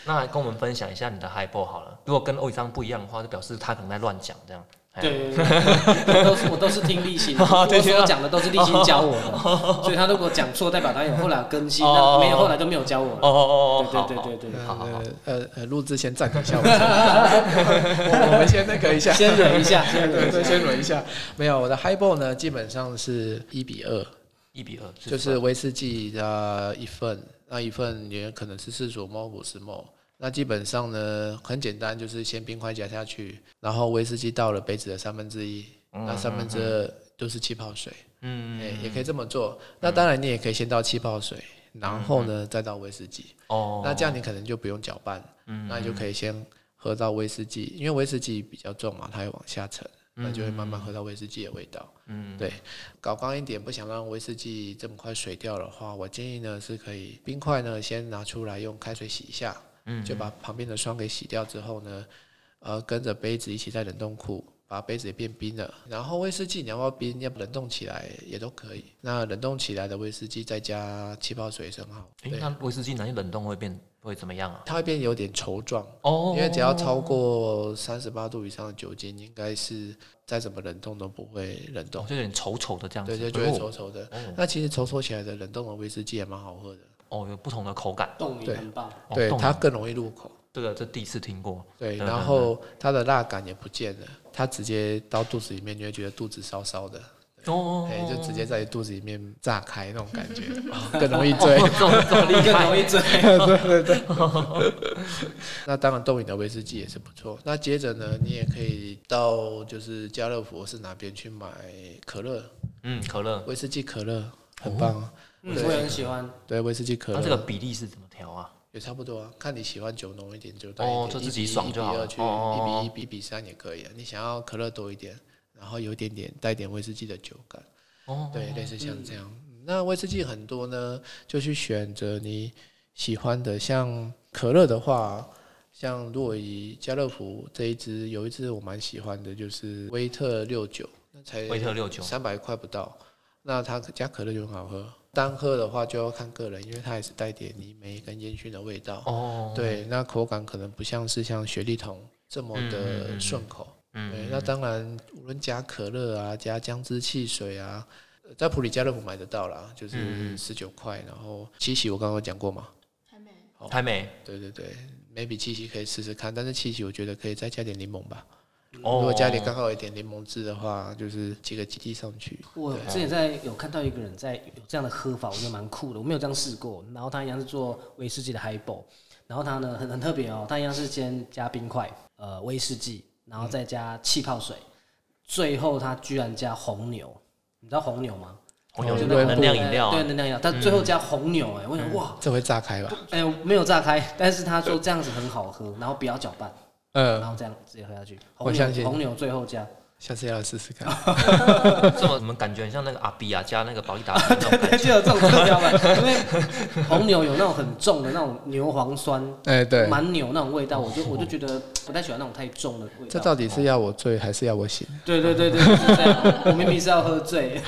Speaker 1: 那跟我们分享一下你的 h i b a l 好了。如果跟欧一章不一样的话，就表示他可能在乱讲这样。哎，
Speaker 4: 对，我都是我都是听立新，我所讲的都是立新教我的，所以他如果讲错，代表他有后来有更新，那没有后来就没有教我
Speaker 1: 哦
Speaker 4: 了。
Speaker 1: 哦哦哦，
Speaker 4: 对对对对对，
Speaker 1: 好好好
Speaker 3: 呃呃呃，录制先暂停一下，我我我们先那个一下，
Speaker 4: 先忍一下，先
Speaker 3: 对
Speaker 4: 忍
Speaker 3: 对，
Speaker 4: 一下。
Speaker 3: 先轮一下。没有，我的 Highball 呢，基本上是一比二，
Speaker 1: 一比二，
Speaker 3: 就是威士忌的一份，那一份也可能是四十五毛、五十毛。那基本上呢，很简单，就是先冰块加下去，然后威士忌到了杯子的三分之一，那三分之二就是气泡水，
Speaker 1: 嗯，
Speaker 3: 哎、也可以这么做。那当然，你也可以先倒气泡水，然后呢再倒威士忌。
Speaker 1: 嗯哦，嗯
Speaker 3: 那这样你可能就不用搅拌，那你就可以先喝到威士忌，因为威士忌比较重嘛，它会往下沉，那就会慢慢喝到威士忌的味道。嗯，对，搞刚一点，不想让威士忌这么快水掉的话，我建议呢是可以冰块呢先拿出来用开水洗一下，嗯，就把旁边的霜给洗掉之后呢，呃，跟着杯子一起在冷冻库。把杯子也变冰了，然后威士忌你要不要冰？要不冷冻起来也都可以。那冷冻起来的威士忌再加气泡水也是很好。
Speaker 1: 诶
Speaker 3: 对，
Speaker 1: 那威士忌拿去冷冻会变会怎么样啊？
Speaker 3: 哎它会变有点稠状，
Speaker 1: 哦
Speaker 3: 因为只要超过三十八度以上的酒精，应该是再怎么冷冻都不会冷
Speaker 1: 哦
Speaker 3: 冻，
Speaker 1: 就有点稠稠的这样子，
Speaker 3: 对对，就会稠稠的。
Speaker 1: 哦
Speaker 3: 那其实稠稠起来的冷冻的威士忌也蛮好喝的，
Speaker 1: 哦，有不同的口感。
Speaker 4: 冻梨很棒，
Speaker 1: 哦
Speaker 3: 对，
Speaker 1: 冻
Speaker 3: 它
Speaker 1: 了
Speaker 3: 更容易入口，
Speaker 1: 这个这第一次听过，
Speaker 3: 对，
Speaker 1: 嗯
Speaker 3: 然后它的辣感也不见了，它直接到肚子里面，你会觉得肚子烧烧的，
Speaker 1: 哦，
Speaker 3: 哎，就直接在肚子里面炸开那种感
Speaker 1: [laughs]
Speaker 3: 觉，哦更容易醉。 [laughs]
Speaker 1: 这么这么厉
Speaker 4: 更容
Speaker 1: 害，
Speaker 4: 易追。
Speaker 3: 那当然，冻饮的威士忌也是不错。那接着呢，你也可以到就是家乐福或是哪边去买可乐，
Speaker 1: 嗯，可乐，
Speaker 3: 威士忌可乐很棒啊，
Speaker 4: 嗯，我也很喜欢。
Speaker 3: 对，威士忌可
Speaker 1: 哦那
Speaker 3: 乐
Speaker 1: 这个比例是怎么调啊？
Speaker 3: 也差不多啊，看你喜欢酒浓一点就淡
Speaker 1: 哦
Speaker 3: 一
Speaker 1: 就
Speaker 3: 点，
Speaker 1: 自己
Speaker 3: 一比
Speaker 1: 爽
Speaker 3: 一比
Speaker 1: 就好
Speaker 3: 二
Speaker 1: 了
Speaker 3: 去
Speaker 1: 哦
Speaker 3: 一比一、一比三也可以啊。你想要可乐多一点，然后有一点点带一点威士忌的酒感，
Speaker 1: 哦，
Speaker 3: 对，类似像这样。那威士忌很多呢，就去选择你喜欢的，像可乐的话。像如果以家乐福这一支，有一支我蛮喜欢的，就是威特六九，那才
Speaker 1: 威特六九，
Speaker 3: 三百块不到，那它加可乐就很好喝。单喝的话就要看个人，因为它也是带点泥煤跟烟熏的味道。
Speaker 1: 哦，
Speaker 3: 对，那口感可能不像是像雪莉桶这么的顺口。
Speaker 1: 嗯
Speaker 3: 对，那当然无论加可乐啊，加姜汁汽水啊，呃在普里加乐福买得到啦，
Speaker 1: 嗯
Speaker 3: 就是十九块。然后七喜我刚刚有讲过嘛，
Speaker 2: 还没
Speaker 1: 还没
Speaker 3: 对对对，maybe 七喜可以试试看，但是七喜我觉得可以再加点柠檬吧。
Speaker 1: 哦，
Speaker 3: 如果加点刚好一点柠檬汁的话，就是几个基地上去。
Speaker 4: 我之前在有看到一个人在有这样的喝法，我觉得蛮酷的，我没有这样试过。然后他一样是做威士忌的 highball，然后他呢很很特别哦，他一样是先加冰块，呃，威士忌，然后再加气泡水，最后他居然加红牛，你知道红牛吗？
Speaker 1: 红牛
Speaker 4: 就是那种
Speaker 1: 哦能量饮料
Speaker 4: 对
Speaker 1: 啊，嗯
Speaker 4: 能量饮料，他最后加红牛，哎，我想哇，
Speaker 3: 这会炸开吧？
Speaker 4: 哎，我没有炸开，但是他说这样子很好喝，然后不要搅拌，然
Speaker 3: 嗯，
Speaker 4: 后这样直接喝下去。
Speaker 3: 我
Speaker 4: 红牛
Speaker 3: 相信
Speaker 4: 红牛最后加，
Speaker 3: 下次要试试看。
Speaker 1: 这么怎么感觉很像那个阿比啊加那个保利达那种感
Speaker 4: [laughs]
Speaker 1: 觉。
Speaker 4: 就有这种特调味，因为红牛有那种很重的那种牛磺酸，
Speaker 3: 哎、对，哦
Speaker 4: 蛮牛那种味道，我就我就觉得不太喜欢那种太重的味道。
Speaker 3: 这到底是要我醉还是要我醒？
Speaker 4: 对对对对，就是这样。我明明是要喝醉，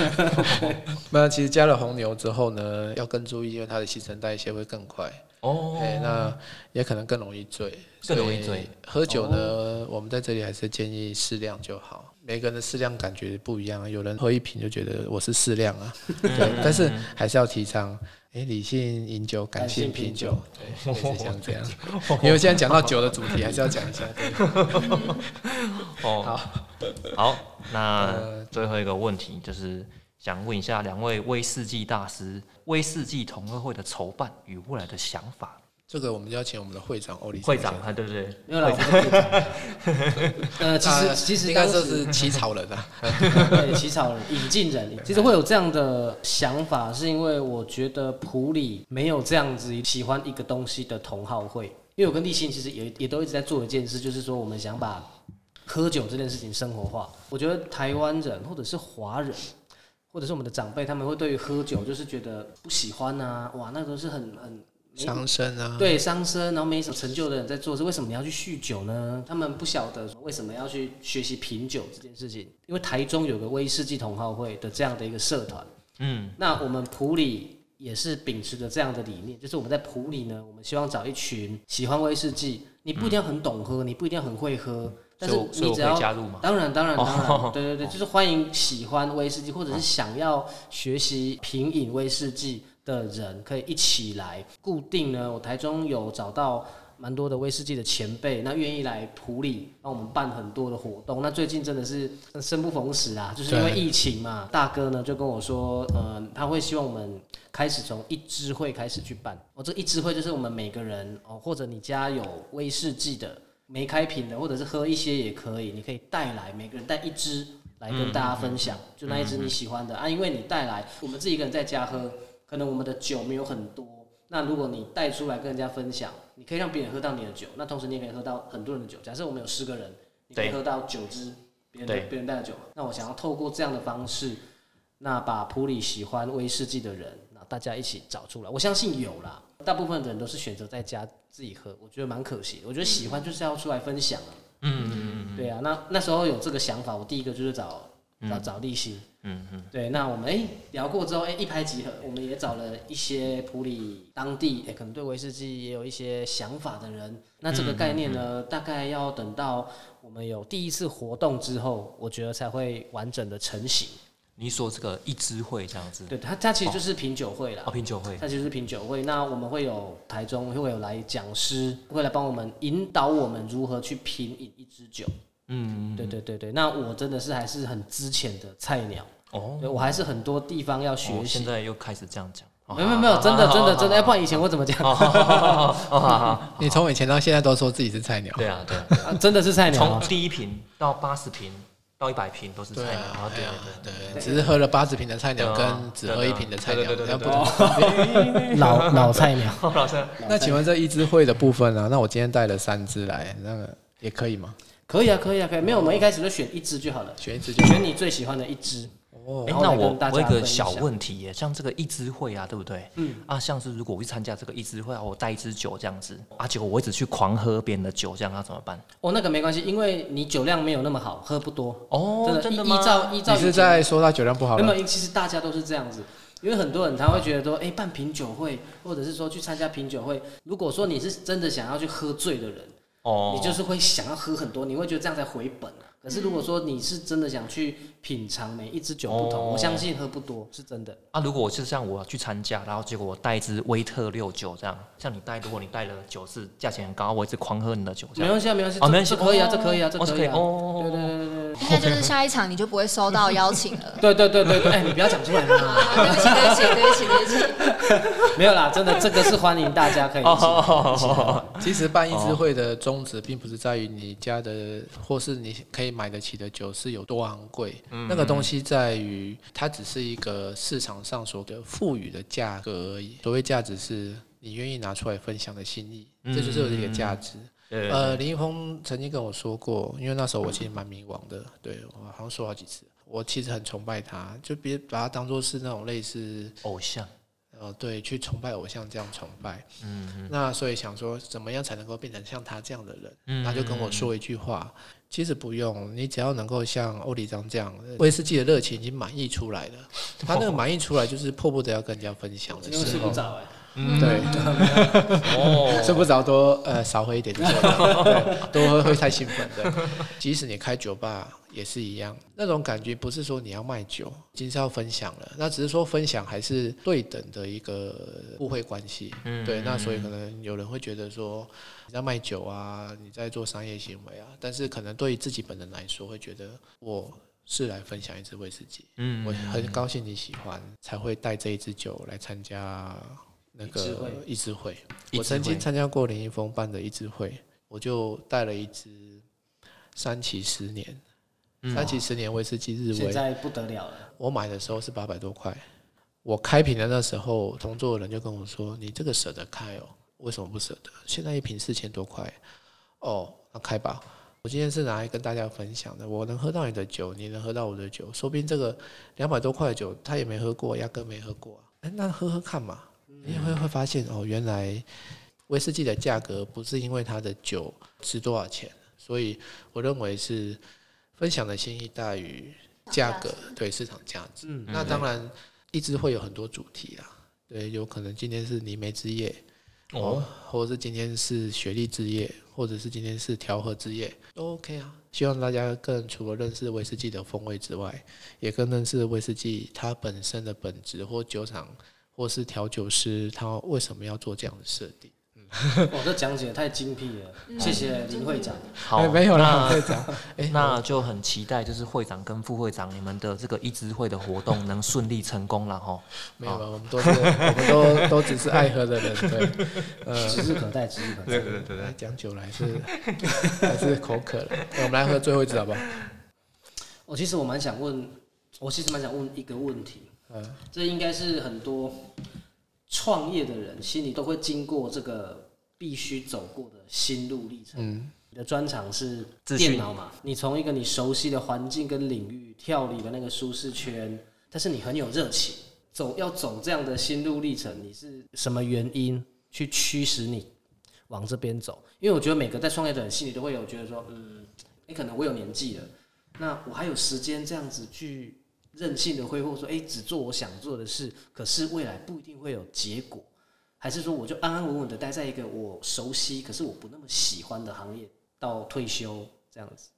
Speaker 3: 那其实加了红牛之后呢，要更注意，因为它的新陈代谢会更快，
Speaker 1: 哦，
Speaker 3: 哎、那也可能更容易哦醉，
Speaker 1: 更容易
Speaker 3: 所以
Speaker 1: 醉。
Speaker 3: 喝酒呢，我们在这里还是建议适量就好。每个人的适量感觉不一样，有人喝一瓶就觉得我是适量啊，对，但是还是要提倡。哎，理性饮酒，感
Speaker 4: 感性
Speaker 3: 性
Speaker 4: 品
Speaker 3: 品酒，对，类似像这 [laughs] 样。因为现在讲到酒的主题，还是要讲一下。对
Speaker 1: 哦，
Speaker 3: 好
Speaker 1: 好，那
Speaker 3: 呃
Speaker 1: 最后一个问题就是想问一下两位威士忌大师，威士忌同乐会的筹办与未来的想法。
Speaker 3: 这个我们就要请我们的会长欧里
Speaker 1: 会长啊，对不对？
Speaker 4: 没有啦，我不是醉
Speaker 3: [laughs]
Speaker 4: 呃，其实
Speaker 3: 啊
Speaker 4: 其实
Speaker 3: 应该
Speaker 4: 当
Speaker 3: 说
Speaker 4: 时 [laughs]
Speaker 3: 是起草人啊，
Speaker 4: 对起草人引进人，其实会有这样的想法，是因为我觉得普里没有这样子喜欢一个东西的同好会，因为我跟立信其实也也都一直在做一件事，就是说我们想把喝酒这件事情生活化。我觉得台湾人或者是华人。或者是我们的长辈，他们会对于喝酒就是觉得不喜欢啊，哇，那都是很很没
Speaker 3: 伤身啊，
Speaker 4: 对伤身，然后没什么成就的人在做事，为什么你要去酗酒呢？他们不晓得为什么要去学习品酒这件事情，因为台中有个威士忌同好会的这样的一个社团，
Speaker 1: 嗯，
Speaker 4: 那我们普里也是秉持着这样的理念，就是我们在普里呢，我们希望找一群喜欢威士忌，你不一定要很懂喝，你不一定要很会喝，但
Speaker 1: 所以
Speaker 4: 是
Speaker 1: 我所以
Speaker 4: 你
Speaker 1: 我
Speaker 4: 只
Speaker 1: 可以
Speaker 4: 要
Speaker 1: 加入嘛。
Speaker 4: 当然，当然，当然，
Speaker 1: 哦
Speaker 4: 对对对，就是欢迎喜欢威士忌或者是想要学习品饮威士忌的人，可以一起来。固定呢，我台中有找到蛮多的威士忌的前辈，那愿意来普里帮我们办很多的活动。那最近真的是生不逢时啊，就是因为
Speaker 3: 对
Speaker 4: 疫情嘛。大哥呢就跟我说，呃，他会希望我们开始从一支会开始去办。哦，这一支会就是我们每个人哦，或者你家有威士忌的没开瓶的，或者是喝一些也可以，你可以带来，每个人带一支来跟大家分享，
Speaker 1: 嗯
Speaker 4: 就那一支你喜欢的、啊，因为你带来，我们自己一个人在家喝，可能我们的酒没有很多。那如果你带出来跟人家分享，你可以让别人喝到你的酒，那同时你也可以喝到很多人的酒。假设我们有十个人，你可以
Speaker 1: 对
Speaker 4: 喝到九支别人的
Speaker 1: 对
Speaker 4: 别人带的酒嘛。那我想要透过这样的方式，那把普里喜欢威士忌的人，那大家一起找出来，我相信有啦。大部分人都是选择在家自己喝，我觉得蛮可惜的。我觉得喜欢就是要出来分享啊。嗯嗯嗯，对啊。那那时候有这个想法，我第一个就是找找找立新。
Speaker 1: 嗯嗯，
Speaker 4: 对，那我们哎、聊过之后，哎、一拍即合，我们也找了一些普里当地哎、可能对威士忌也有一些想法的人。那这个概念呢，大概要等到我们有第一次活动之后，我觉得才会完整的成型。
Speaker 1: 你说这个一支会这样子，
Speaker 4: 对，它它其实就是品酒会啦。
Speaker 1: 哦，品酒会，
Speaker 4: 它其实是品酒会，那我们会有台中会有来讲师，会来帮我们引导我们如何去品饮一支酒。
Speaker 1: 嗯，
Speaker 4: 对对对对，那我真的是还是很之前的菜鸟，
Speaker 1: 哦，
Speaker 4: 对我还是很多地方要学
Speaker 1: 哦
Speaker 4: 习
Speaker 1: 现。在又开始这样讲，哦
Speaker 4: 没有没有没有，真的真的真的，要不
Speaker 1: 好哦
Speaker 4: 然以前我怎么讲？
Speaker 1: 好好好好好好好好好
Speaker 3: 你从以前到现在都说自己是菜鸟，
Speaker 1: 对啊对啊，
Speaker 4: 啊 [laughs] 真的是菜鸟
Speaker 1: 从
Speaker 4: 啊。
Speaker 1: 第一瓶到八十瓶到一百瓶都是菜
Speaker 3: 对
Speaker 1: 鸟，
Speaker 3: 啊
Speaker 1: 哦，对
Speaker 3: 对啊
Speaker 1: 对对，
Speaker 3: 对，只是喝了八十瓶的菜鸟
Speaker 1: 对啊
Speaker 3: 跟只喝一瓶的菜鸟，
Speaker 1: 对对对
Speaker 3: 那
Speaker 1: 对
Speaker 3: 不
Speaker 1: 对
Speaker 3: 同。
Speaker 1: [laughs]
Speaker 4: 老老菜鸟，
Speaker 1: 哦老师，
Speaker 3: 那请问这一支会的部分啊？那我今天带了三支来，那个也可以吗？
Speaker 4: 可以啊可以啊可以，没有我们一开始就选一支就好了，
Speaker 3: 选一支就好
Speaker 4: 选你最喜欢的一支。
Speaker 1: 哎，
Speaker 4: 然后
Speaker 1: 那
Speaker 4: 来跟
Speaker 1: 我
Speaker 4: 大
Speaker 1: 我有
Speaker 4: 家
Speaker 1: 一个
Speaker 4: 分
Speaker 1: 小
Speaker 4: 享
Speaker 1: 问题耶，像这个一支会啊，对不对？嗯啊，像是如果我去参加这个一支会啊，我带一支酒这样子，啊，结果我一直去狂喝别人的酒，这样那怎么办？
Speaker 4: 哦，那个没关系，因为你酒量没有那么好，喝不多。
Speaker 1: 哦，
Speaker 4: 真
Speaker 1: 真
Speaker 4: 的
Speaker 1: 的
Speaker 4: 依
Speaker 1: 吗
Speaker 4: 依？照依照
Speaker 3: 你
Speaker 4: 以
Speaker 3: 是
Speaker 4: 前
Speaker 3: 在说他酒量不好
Speaker 4: 那
Speaker 3: 了？
Speaker 4: 么其实大家都是这样子，因为很多人他会觉得说，哎、办品酒会，或者是说去参加品酒会，如果说你是真的想要去喝醉的人，
Speaker 1: 哦，
Speaker 4: 你就是会想要喝很多，你会觉得这样才回本啊。可是如果说你是真的想去品尝每一支酒不同，
Speaker 1: 哦
Speaker 4: 我相信喝不多是真的。
Speaker 1: 啊，如果我是像我去参加，然后结果我带一支威特六九这样，像你带，如果你带了酒是价钱很高，我一直狂喝你的酒这
Speaker 4: 没
Speaker 1: 样，
Speaker 4: 关系啊，没关系，
Speaker 1: 哦，
Speaker 4: 这
Speaker 1: 没关系，
Speaker 4: 这可以啊，
Speaker 1: 哦
Speaker 4: 这可以啊，这
Speaker 1: 哦是
Speaker 4: 可以啊。
Speaker 1: 哦，对对对
Speaker 2: 应该就是下一场你就不会收到邀请
Speaker 1: [laughs]
Speaker 2: 了。
Speaker 4: 对对对对对，哎，你不要讲出来嘛。
Speaker 2: 啊对不起，对不起，对不起，对不起。
Speaker 4: 没有啦，真的，这个是欢迎大家可以一起玩一起玩。
Speaker 3: 其实办义智
Speaker 1: 哦
Speaker 3: 会的宗旨，并不是在于你家的或是你可以买得起的酒是有多昂贵，
Speaker 1: 嗯
Speaker 3: 那个东西在于它只是一个市场上所的赋予的价格而已。所谓价值是你愿意拿出来分享的心意，这就是我的一个价值。
Speaker 1: 嗯对
Speaker 3: 呃，林一峰曾经跟我说过，因为那时候我其实蛮迷惘的，对我好像说好几次。我其实很崇拜他，就别把他当做是那种类似
Speaker 1: 偶像，
Speaker 3: 呃，对，去崇拜偶像这样崇拜。嗯，那所以想说，怎么样才能够变成像他这样的人？
Speaker 1: 嗯
Speaker 3: 他就跟我说一句话：，其实不用，你只要能够像欧里章这样，威士忌的热情已经满溢出来了。他那个满溢出来，就是迫不得要跟人家分享的
Speaker 4: [laughs] 因为
Speaker 3: 时
Speaker 4: 睡
Speaker 3: 候
Speaker 4: 不。着哎，
Speaker 1: 嗯
Speaker 3: 对，
Speaker 1: 哦，
Speaker 3: 睡不着多呃少喝一点就好了，对多喝会太兴奋的。对即使你开酒吧也是一样，那种感觉不是说你要卖酒，已经是要分享了。那只是说分享还是对等的一个互惠关系。
Speaker 1: 嗯
Speaker 3: 对，那所以可能有人会觉得说你在卖酒啊，你在做商业行为啊，但是可能对于自己本人来说，会觉得我。是来分享一支威士忌，
Speaker 1: 嗯
Speaker 3: 我很高兴你喜欢，才会带这一支酒来参加那
Speaker 4: 一支
Speaker 3: 个
Speaker 4: 会
Speaker 3: 一支会。
Speaker 1: 一
Speaker 3: 我
Speaker 1: 支
Speaker 3: 曾经
Speaker 1: 会
Speaker 3: 参加过林一峰办的一支会，我就带了一支三崎十年，三崎十年威士忌日
Speaker 4: 现
Speaker 3: 威，
Speaker 4: 在不得了了，
Speaker 3: 我买的时候是八百多块，我开瓶的那时候，同座的人就跟我说：“你这个舍得开哦，为什么不舍得？现在一瓶四千多块，哦，那开吧。”我今天是拿来跟大家分享的，我能喝到你的酒，你能喝到我的酒，说不定这个两百多块的酒他也没喝过，压根没喝过、啊，哎，那喝喝看嘛，你会会发现哦，原来威士忌的价格不是因为它的酒值多少钱，所以我认为是分享的心意大于价格，对市场价值。
Speaker 4: 嗯
Speaker 3: 那当然一直会有很多主题啦，对，有可能今天是泥煤之夜，
Speaker 1: 哦
Speaker 3: 哦，或者是今天是学历之夜，或者是今天是调和之夜，都 OK 啊。希望大家更除了认识威士忌的风味之外，也更认识威士忌它本身的本质，或酒厂，或是调酒师他为什么要做这样的设定。
Speaker 4: 我哦这讲解太精辟了，谢谢林会长。
Speaker 1: 好，
Speaker 3: 哎没有啦，
Speaker 1: 那
Speaker 3: 会
Speaker 1: [laughs]
Speaker 3: 长。哎，
Speaker 1: 那就很期待，就是会长跟副会长你们的这个一支会的活动能顺利成功了哈。
Speaker 3: 没有啦，我们都是我们都都只是爱喝的人，对，呃，
Speaker 4: 指日可待，指日可待。
Speaker 1: 对对
Speaker 3: 来讲久了还是 [laughs] 还是口渴了。哎我们来喝最后一支好不好？
Speaker 4: 我哦其实我蛮想问，我其实蛮想问一个问题，
Speaker 3: 嗯
Speaker 4: 这应该是很多创业的人心里都会经过这个必须走过的心路历程。
Speaker 3: 嗯，
Speaker 4: 你的专长是
Speaker 1: 资讯
Speaker 4: 电脑嘛？你从一个你熟悉的环境跟领域跳离了那个舒适圈，但是你很有热情，走要走这样的心路历程，你是什么原因去驱使你往这边走？因为我觉得每个在创业的人心里都会有觉得说，嗯，你、可能我有年纪了，那我还有时间这样子去任性的挥霍，说，哎、只做我想做的事，可是未来不一定会有结果。还是说我就安安稳稳的待在一个我熟悉，可是我不那么喜欢的行业到退休这样子。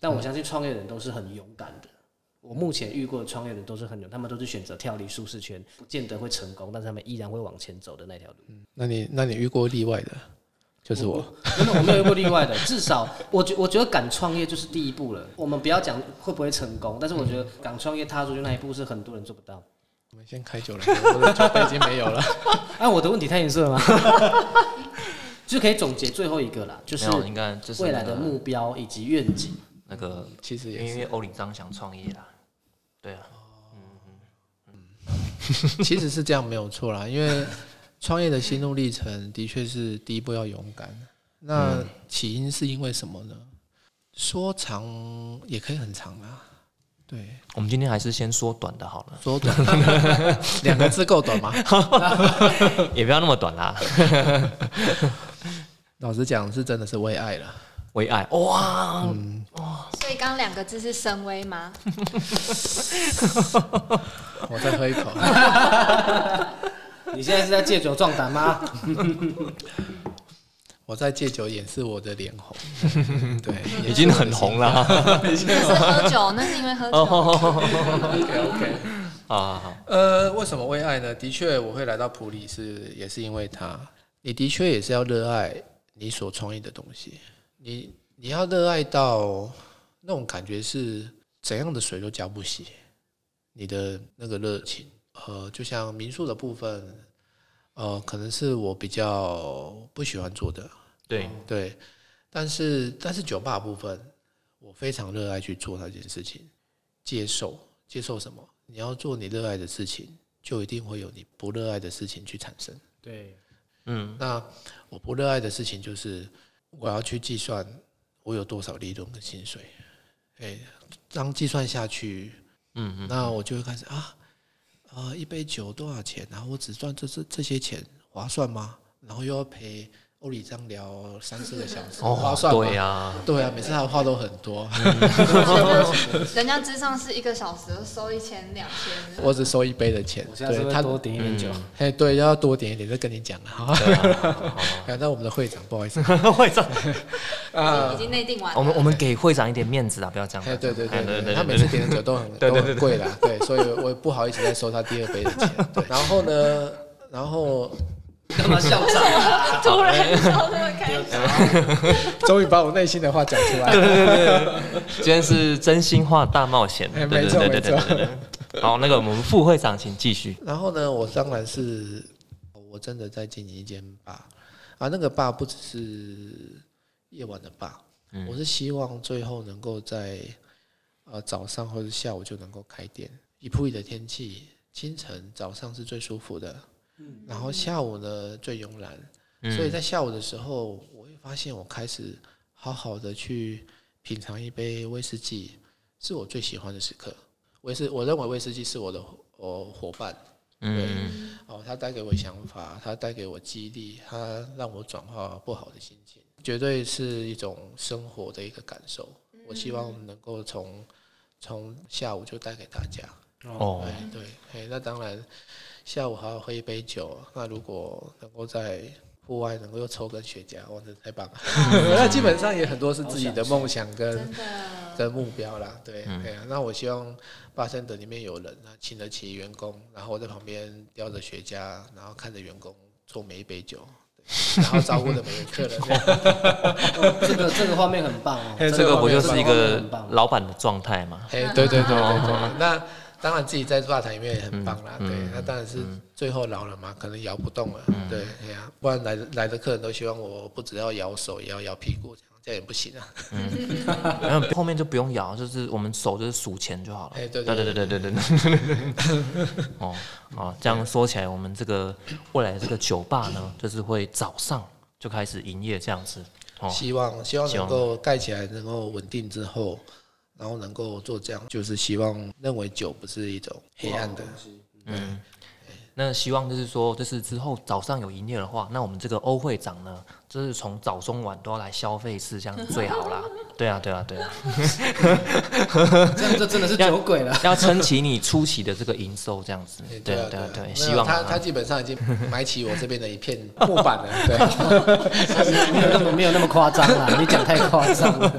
Speaker 4: 但我相信创业人都是很勇敢的。我目前遇过的创业人都是很勇，他们都是选择跳离舒适圈，不见得会成功，但是他们依然会往前走的那条路。
Speaker 3: 那你那你遇过例外的，就是我。
Speaker 4: 真的，我没有遇过例外的。至少我觉我觉得敢创业就是第一步了。我们不要讲会不会成功，但是我觉得敢创业踏出去那一步是很多人做不到。
Speaker 3: 我们先开酒来，我的酒杯已经没有
Speaker 1: [laughs]
Speaker 3: 了。
Speaker 4: 哎、我的问题太严肃了吗？ [laughs] 就可以总结最后一个啦，就是
Speaker 1: 没有，应该就是
Speaker 4: 未来
Speaker 1: 那个
Speaker 4: 的目标以及愿景。
Speaker 1: 那个，
Speaker 3: 其实也
Speaker 1: 因
Speaker 3: 是，
Speaker 1: 为欧领章想创业啦，对啊，
Speaker 3: 其实是这样没有错啦。因为创业的心路历程的确是第一步要勇敢。那起因是因为什么呢？说长也可以很长啊，对，
Speaker 1: 我们今天还是先说短的好了， [laughs]
Speaker 3: 说短 [laughs] 两个字够短吗？
Speaker 1: 也不要那么短啦。 [laughs]
Speaker 3: 老实讲，是真的是为爱了。
Speaker 1: 为爱，哇，
Speaker 3: 嗯
Speaker 2: 所以刚刚两个字是深威吗？
Speaker 3: 我再喝一
Speaker 1: [laughs]
Speaker 3: 口。
Speaker 4: 你现在是在借酒壮胆吗？
Speaker 3: 我在借酒掩饰我的脸红，
Speaker 1: [laughs]
Speaker 3: 对，
Speaker 1: 已经很红
Speaker 3: [laughs]
Speaker 1: 了。
Speaker 2: 那是喝酒，那是因
Speaker 1: [laughs]
Speaker 2: 为喝
Speaker 1: 哦
Speaker 2: 酒。
Speaker 3: OK OK，
Speaker 1: 好好好，
Speaker 3: 呃，为什么为爱呢？的确，我会来到普里是也是因为他，你的确也是要热爱你所创意的东西，你你要热爱到那种感觉是怎样的水都浇不熄你的那个热情。呃，就像民宿的部分，呃，可能是我比较不喜欢做的，
Speaker 1: 对，
Speaker 3: 对。但是但是酒吧的部分，我非常热爱去做那件事情，接受接受什么？你要做你热爱的事情，就一定会有你不热爱的事情去产生。
Speaker 4: [laughs] 对，
Speaker 1: 嗯，
Speaker 3: 那我不热爱的事情就是我要去计算我有多少利润跟薪水，哎、这样计算下去，
Speaker 1: 嗯
Speaker 3: 嗯，那我就会开始啊，呃，一杯酒多少钱？然后我只赚这这这些钱，划算吗？然后又要陪欧里这样聊三四个小时，划算吗？
Speaker 1: 哦对啊，
Speaker 3: 对啊，每次他的话都很 [laughs] 多，
Speaker 2: 人家之上是一个小时收一千两千，
Speaker 3: 我只收一杯的钱，
Speaker 4: 我下次
Speaker 3: 对
Speaker 4: 会
Speaker 3: 他
Speaker 4: 多点一点酒。
Speaker 3: 哎，对，要多点一点，再跟你讲了哈。
Speaker 1: 对啊，
Speaker 3: 感哎到我们的会长，不好意思，
Speaker 1: [laughs] 会长，
Speaker 2: 已经内定完
Speaker 1: 嗯我们我
Speaker 2: 了。
Speaker 1: 们给会长一点面子啊，不要这样。
Speaker 3: 哎，对对
Speaker 1: 哎
Speaker 3: 对对，他每次点的酒都很都很贵啦，对，所以我也不好意思再收他第二杯的钱。对， [laughs] 然后呢，然后
Speaker 4: 干嘛笑场啊？
Speaker 2: [laughs] 突然笑那么开心，
Speaker 3: 终于把我内心的话讲出来了。
Speaker 1: 今天是真心话大冒险，
Speaker 3: 哎
Speaker 1: 对对
Speaker 3: 没错
Speaker 1: 对对对
Speaker 3: 没
Speaker 1: 对
Speaker 3: 错
Speaker 1: 对对。好，那个我们副会长请继续。
Speaker 3: 然后呢，我当然是我真的在经营一间吧，啊，那个吧不只是夜晚的吧，我是希望最后能够在呃早上或者下午就能够开店。以普里的天气，清晨早上是最舒服的，然后下午呢最慵懒。
Speaker 1: 嗯
Speaker 3: 所以在下午的时候，我会发现我开始好好的去品尝一杯威士忌，是我最喜欢的时刻。威士，我认为威士忌是我的我伙伴，
Speaker 1: 嗯，
Speaker 3: 哦，它带给我想法，它带给我激励，它让我转化不好的心情，绝对是一种生活的一个感受。我希
Speaker 2: 嗯
Speaker 3: 望能够从从下午就带给大家。
Speaker 1: 哦，
Speaker 3: 哎，对，哎，那当然，下午还要喝一杯酒。那如果能够在户外能够又抽根雪茄，哇，这太棒
Speaker 2: [laughs]
Speaker 3: 了！ [laughs] 那基本上也很多是自己的梦想跟
Speaker 2: 真的。
Speaker 3: 跟目标啦，对，哎呀、那我希望巴森德里面有人，那请得起员工，然后我在旁边叼着雪茄，然后看着员工做每一杯酒，对然后照顾着每个客 [laughs] 人。
Speaker 4: 这个这个画面很棒哦，
Speaker 3: 哎
Speaker 1: 这个不就是一个
Speaker 4: 很
Speaker 1: [laughs]
Speaker 4: 棒？哦
Speaker 1: 老板的状态吗？ [laughs]
Speaker 3: 哎，对对对对对，嗯那当然自己在吧台里面也很棒啦，对，那当然是最后老了嘛，可能摇不动了，对，哎呀，不然来的来的客人都希望我不只要摇手，也要摇屁股，这样这样也不行啊。
Speaker 1: 然后后面就不用摇，就是我们手就是数钱就好了。
Speaker 3: 哎对
Speaker 1: 对
Speaker 3: 对
Speaker 1: 对对对对对
Speaker 3: [laughs]
Speaker 1: 哦，好，这样说起来，我们这个未来这个酒吧呢，就是会早上就开始营业这样子。哦，
Speaker 3: 希望希望能够盖起来，能够稳定之后，然后能够做这样，就是希望认为酒不是一种黑暗的，
Speaker 1: 嗯，那希望就是说，就是之后早上有营业的话，那我们这个欧会长呢，就是从早中晚都要来消费一次，这样子最好啦。对啊，对啊，对啊，
Speaker 4: 这样就真的是酒鬼
Speaker 1: [laughs]
Speaker 4: 了。
Speaker 1: 要撑起你初期的这个营收，这样子。
Speaker 3: 哎
Speaker 1: 对啊，对
Speaker 3: 对
Speaker 1: 啊，
Speaker 3: 啊
Speaker 1: 对啊，
Speaker 3: 啊
Speaker 1: 希望
Speaker 3: 没有他他
Speaker 1: 啊。
Speaker 3: 基本上已经买起我这边的一片木板了，对。
Speaker 1: [laughs]
Speaker 4: 没有那么没有那么夸张啦，你讲太夸张
Speaker 1: [laughs]
Speaker 4: 了。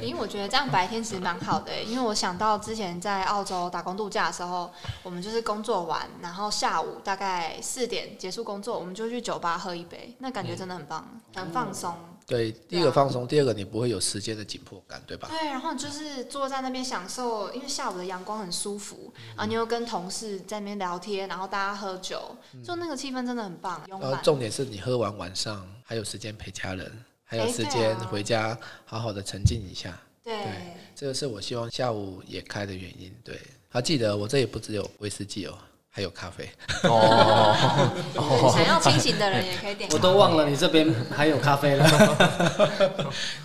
Speaker 2: 因为我觉得这样白天其实蛮好的欸、因为我想到之前在澳洲打工度假的时候，我们就是工作完，然后下午大概四点结束工作，我们就去酒吧喝一杯，那感觉真的很棒，很放松。
Speaker 3: 对，第一
Speaker 2: 对
Speaker 3: 个
Speaker 2: 啊
Speaker 3: 放松，第二个你不会有时间的紧迫感，对吧？
Speaker 2: 对，然啊后就是坐在那边享受，因为下午的阳光很舒服，然后你又跟同事在那边聊天，然后大家喝酒，就那个气氛真的很棒，慵
Speaker 3: 然后
Speaker 2: 懒。
Speaker 3: 重点是你喝完晚上还有时间陪家人，还有
Speaker 2: 哎
Speaker 3: 时
Speaker 2: 对
Speaker 3: 间
Speaker 2: 啊
Speaker 3: 回家好好的沉浸一下。
Speaker 2: 对
Speaker 3: 对，这个是我希望下午也开的原因。对，还记得我这也不只有威士忌哦，还有咖啡。
Speaker 1: 哦， [laughs]
Speaker 2: 对想要清醒的人也可以点
Speaker 4: [laughs] 我。都忘了你这边还有咖啡了。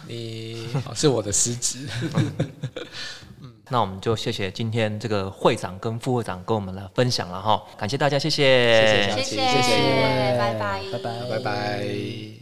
Speaker 3: 你是我的失职。
Speaker 1: 那我们就谢谢今天这个会长跟副会长跟我们来分享了哈，感谢大家，谢谢，
Speaker 3: 谢谢小
Speaker 2: 谢
Speaker 3: 琪
Speaker 2: 谢，
Speaker 3: 谢谢
Speaker 2: 拜拜，
Speaker 4: 拜拜
Speaker 3: 拜拜。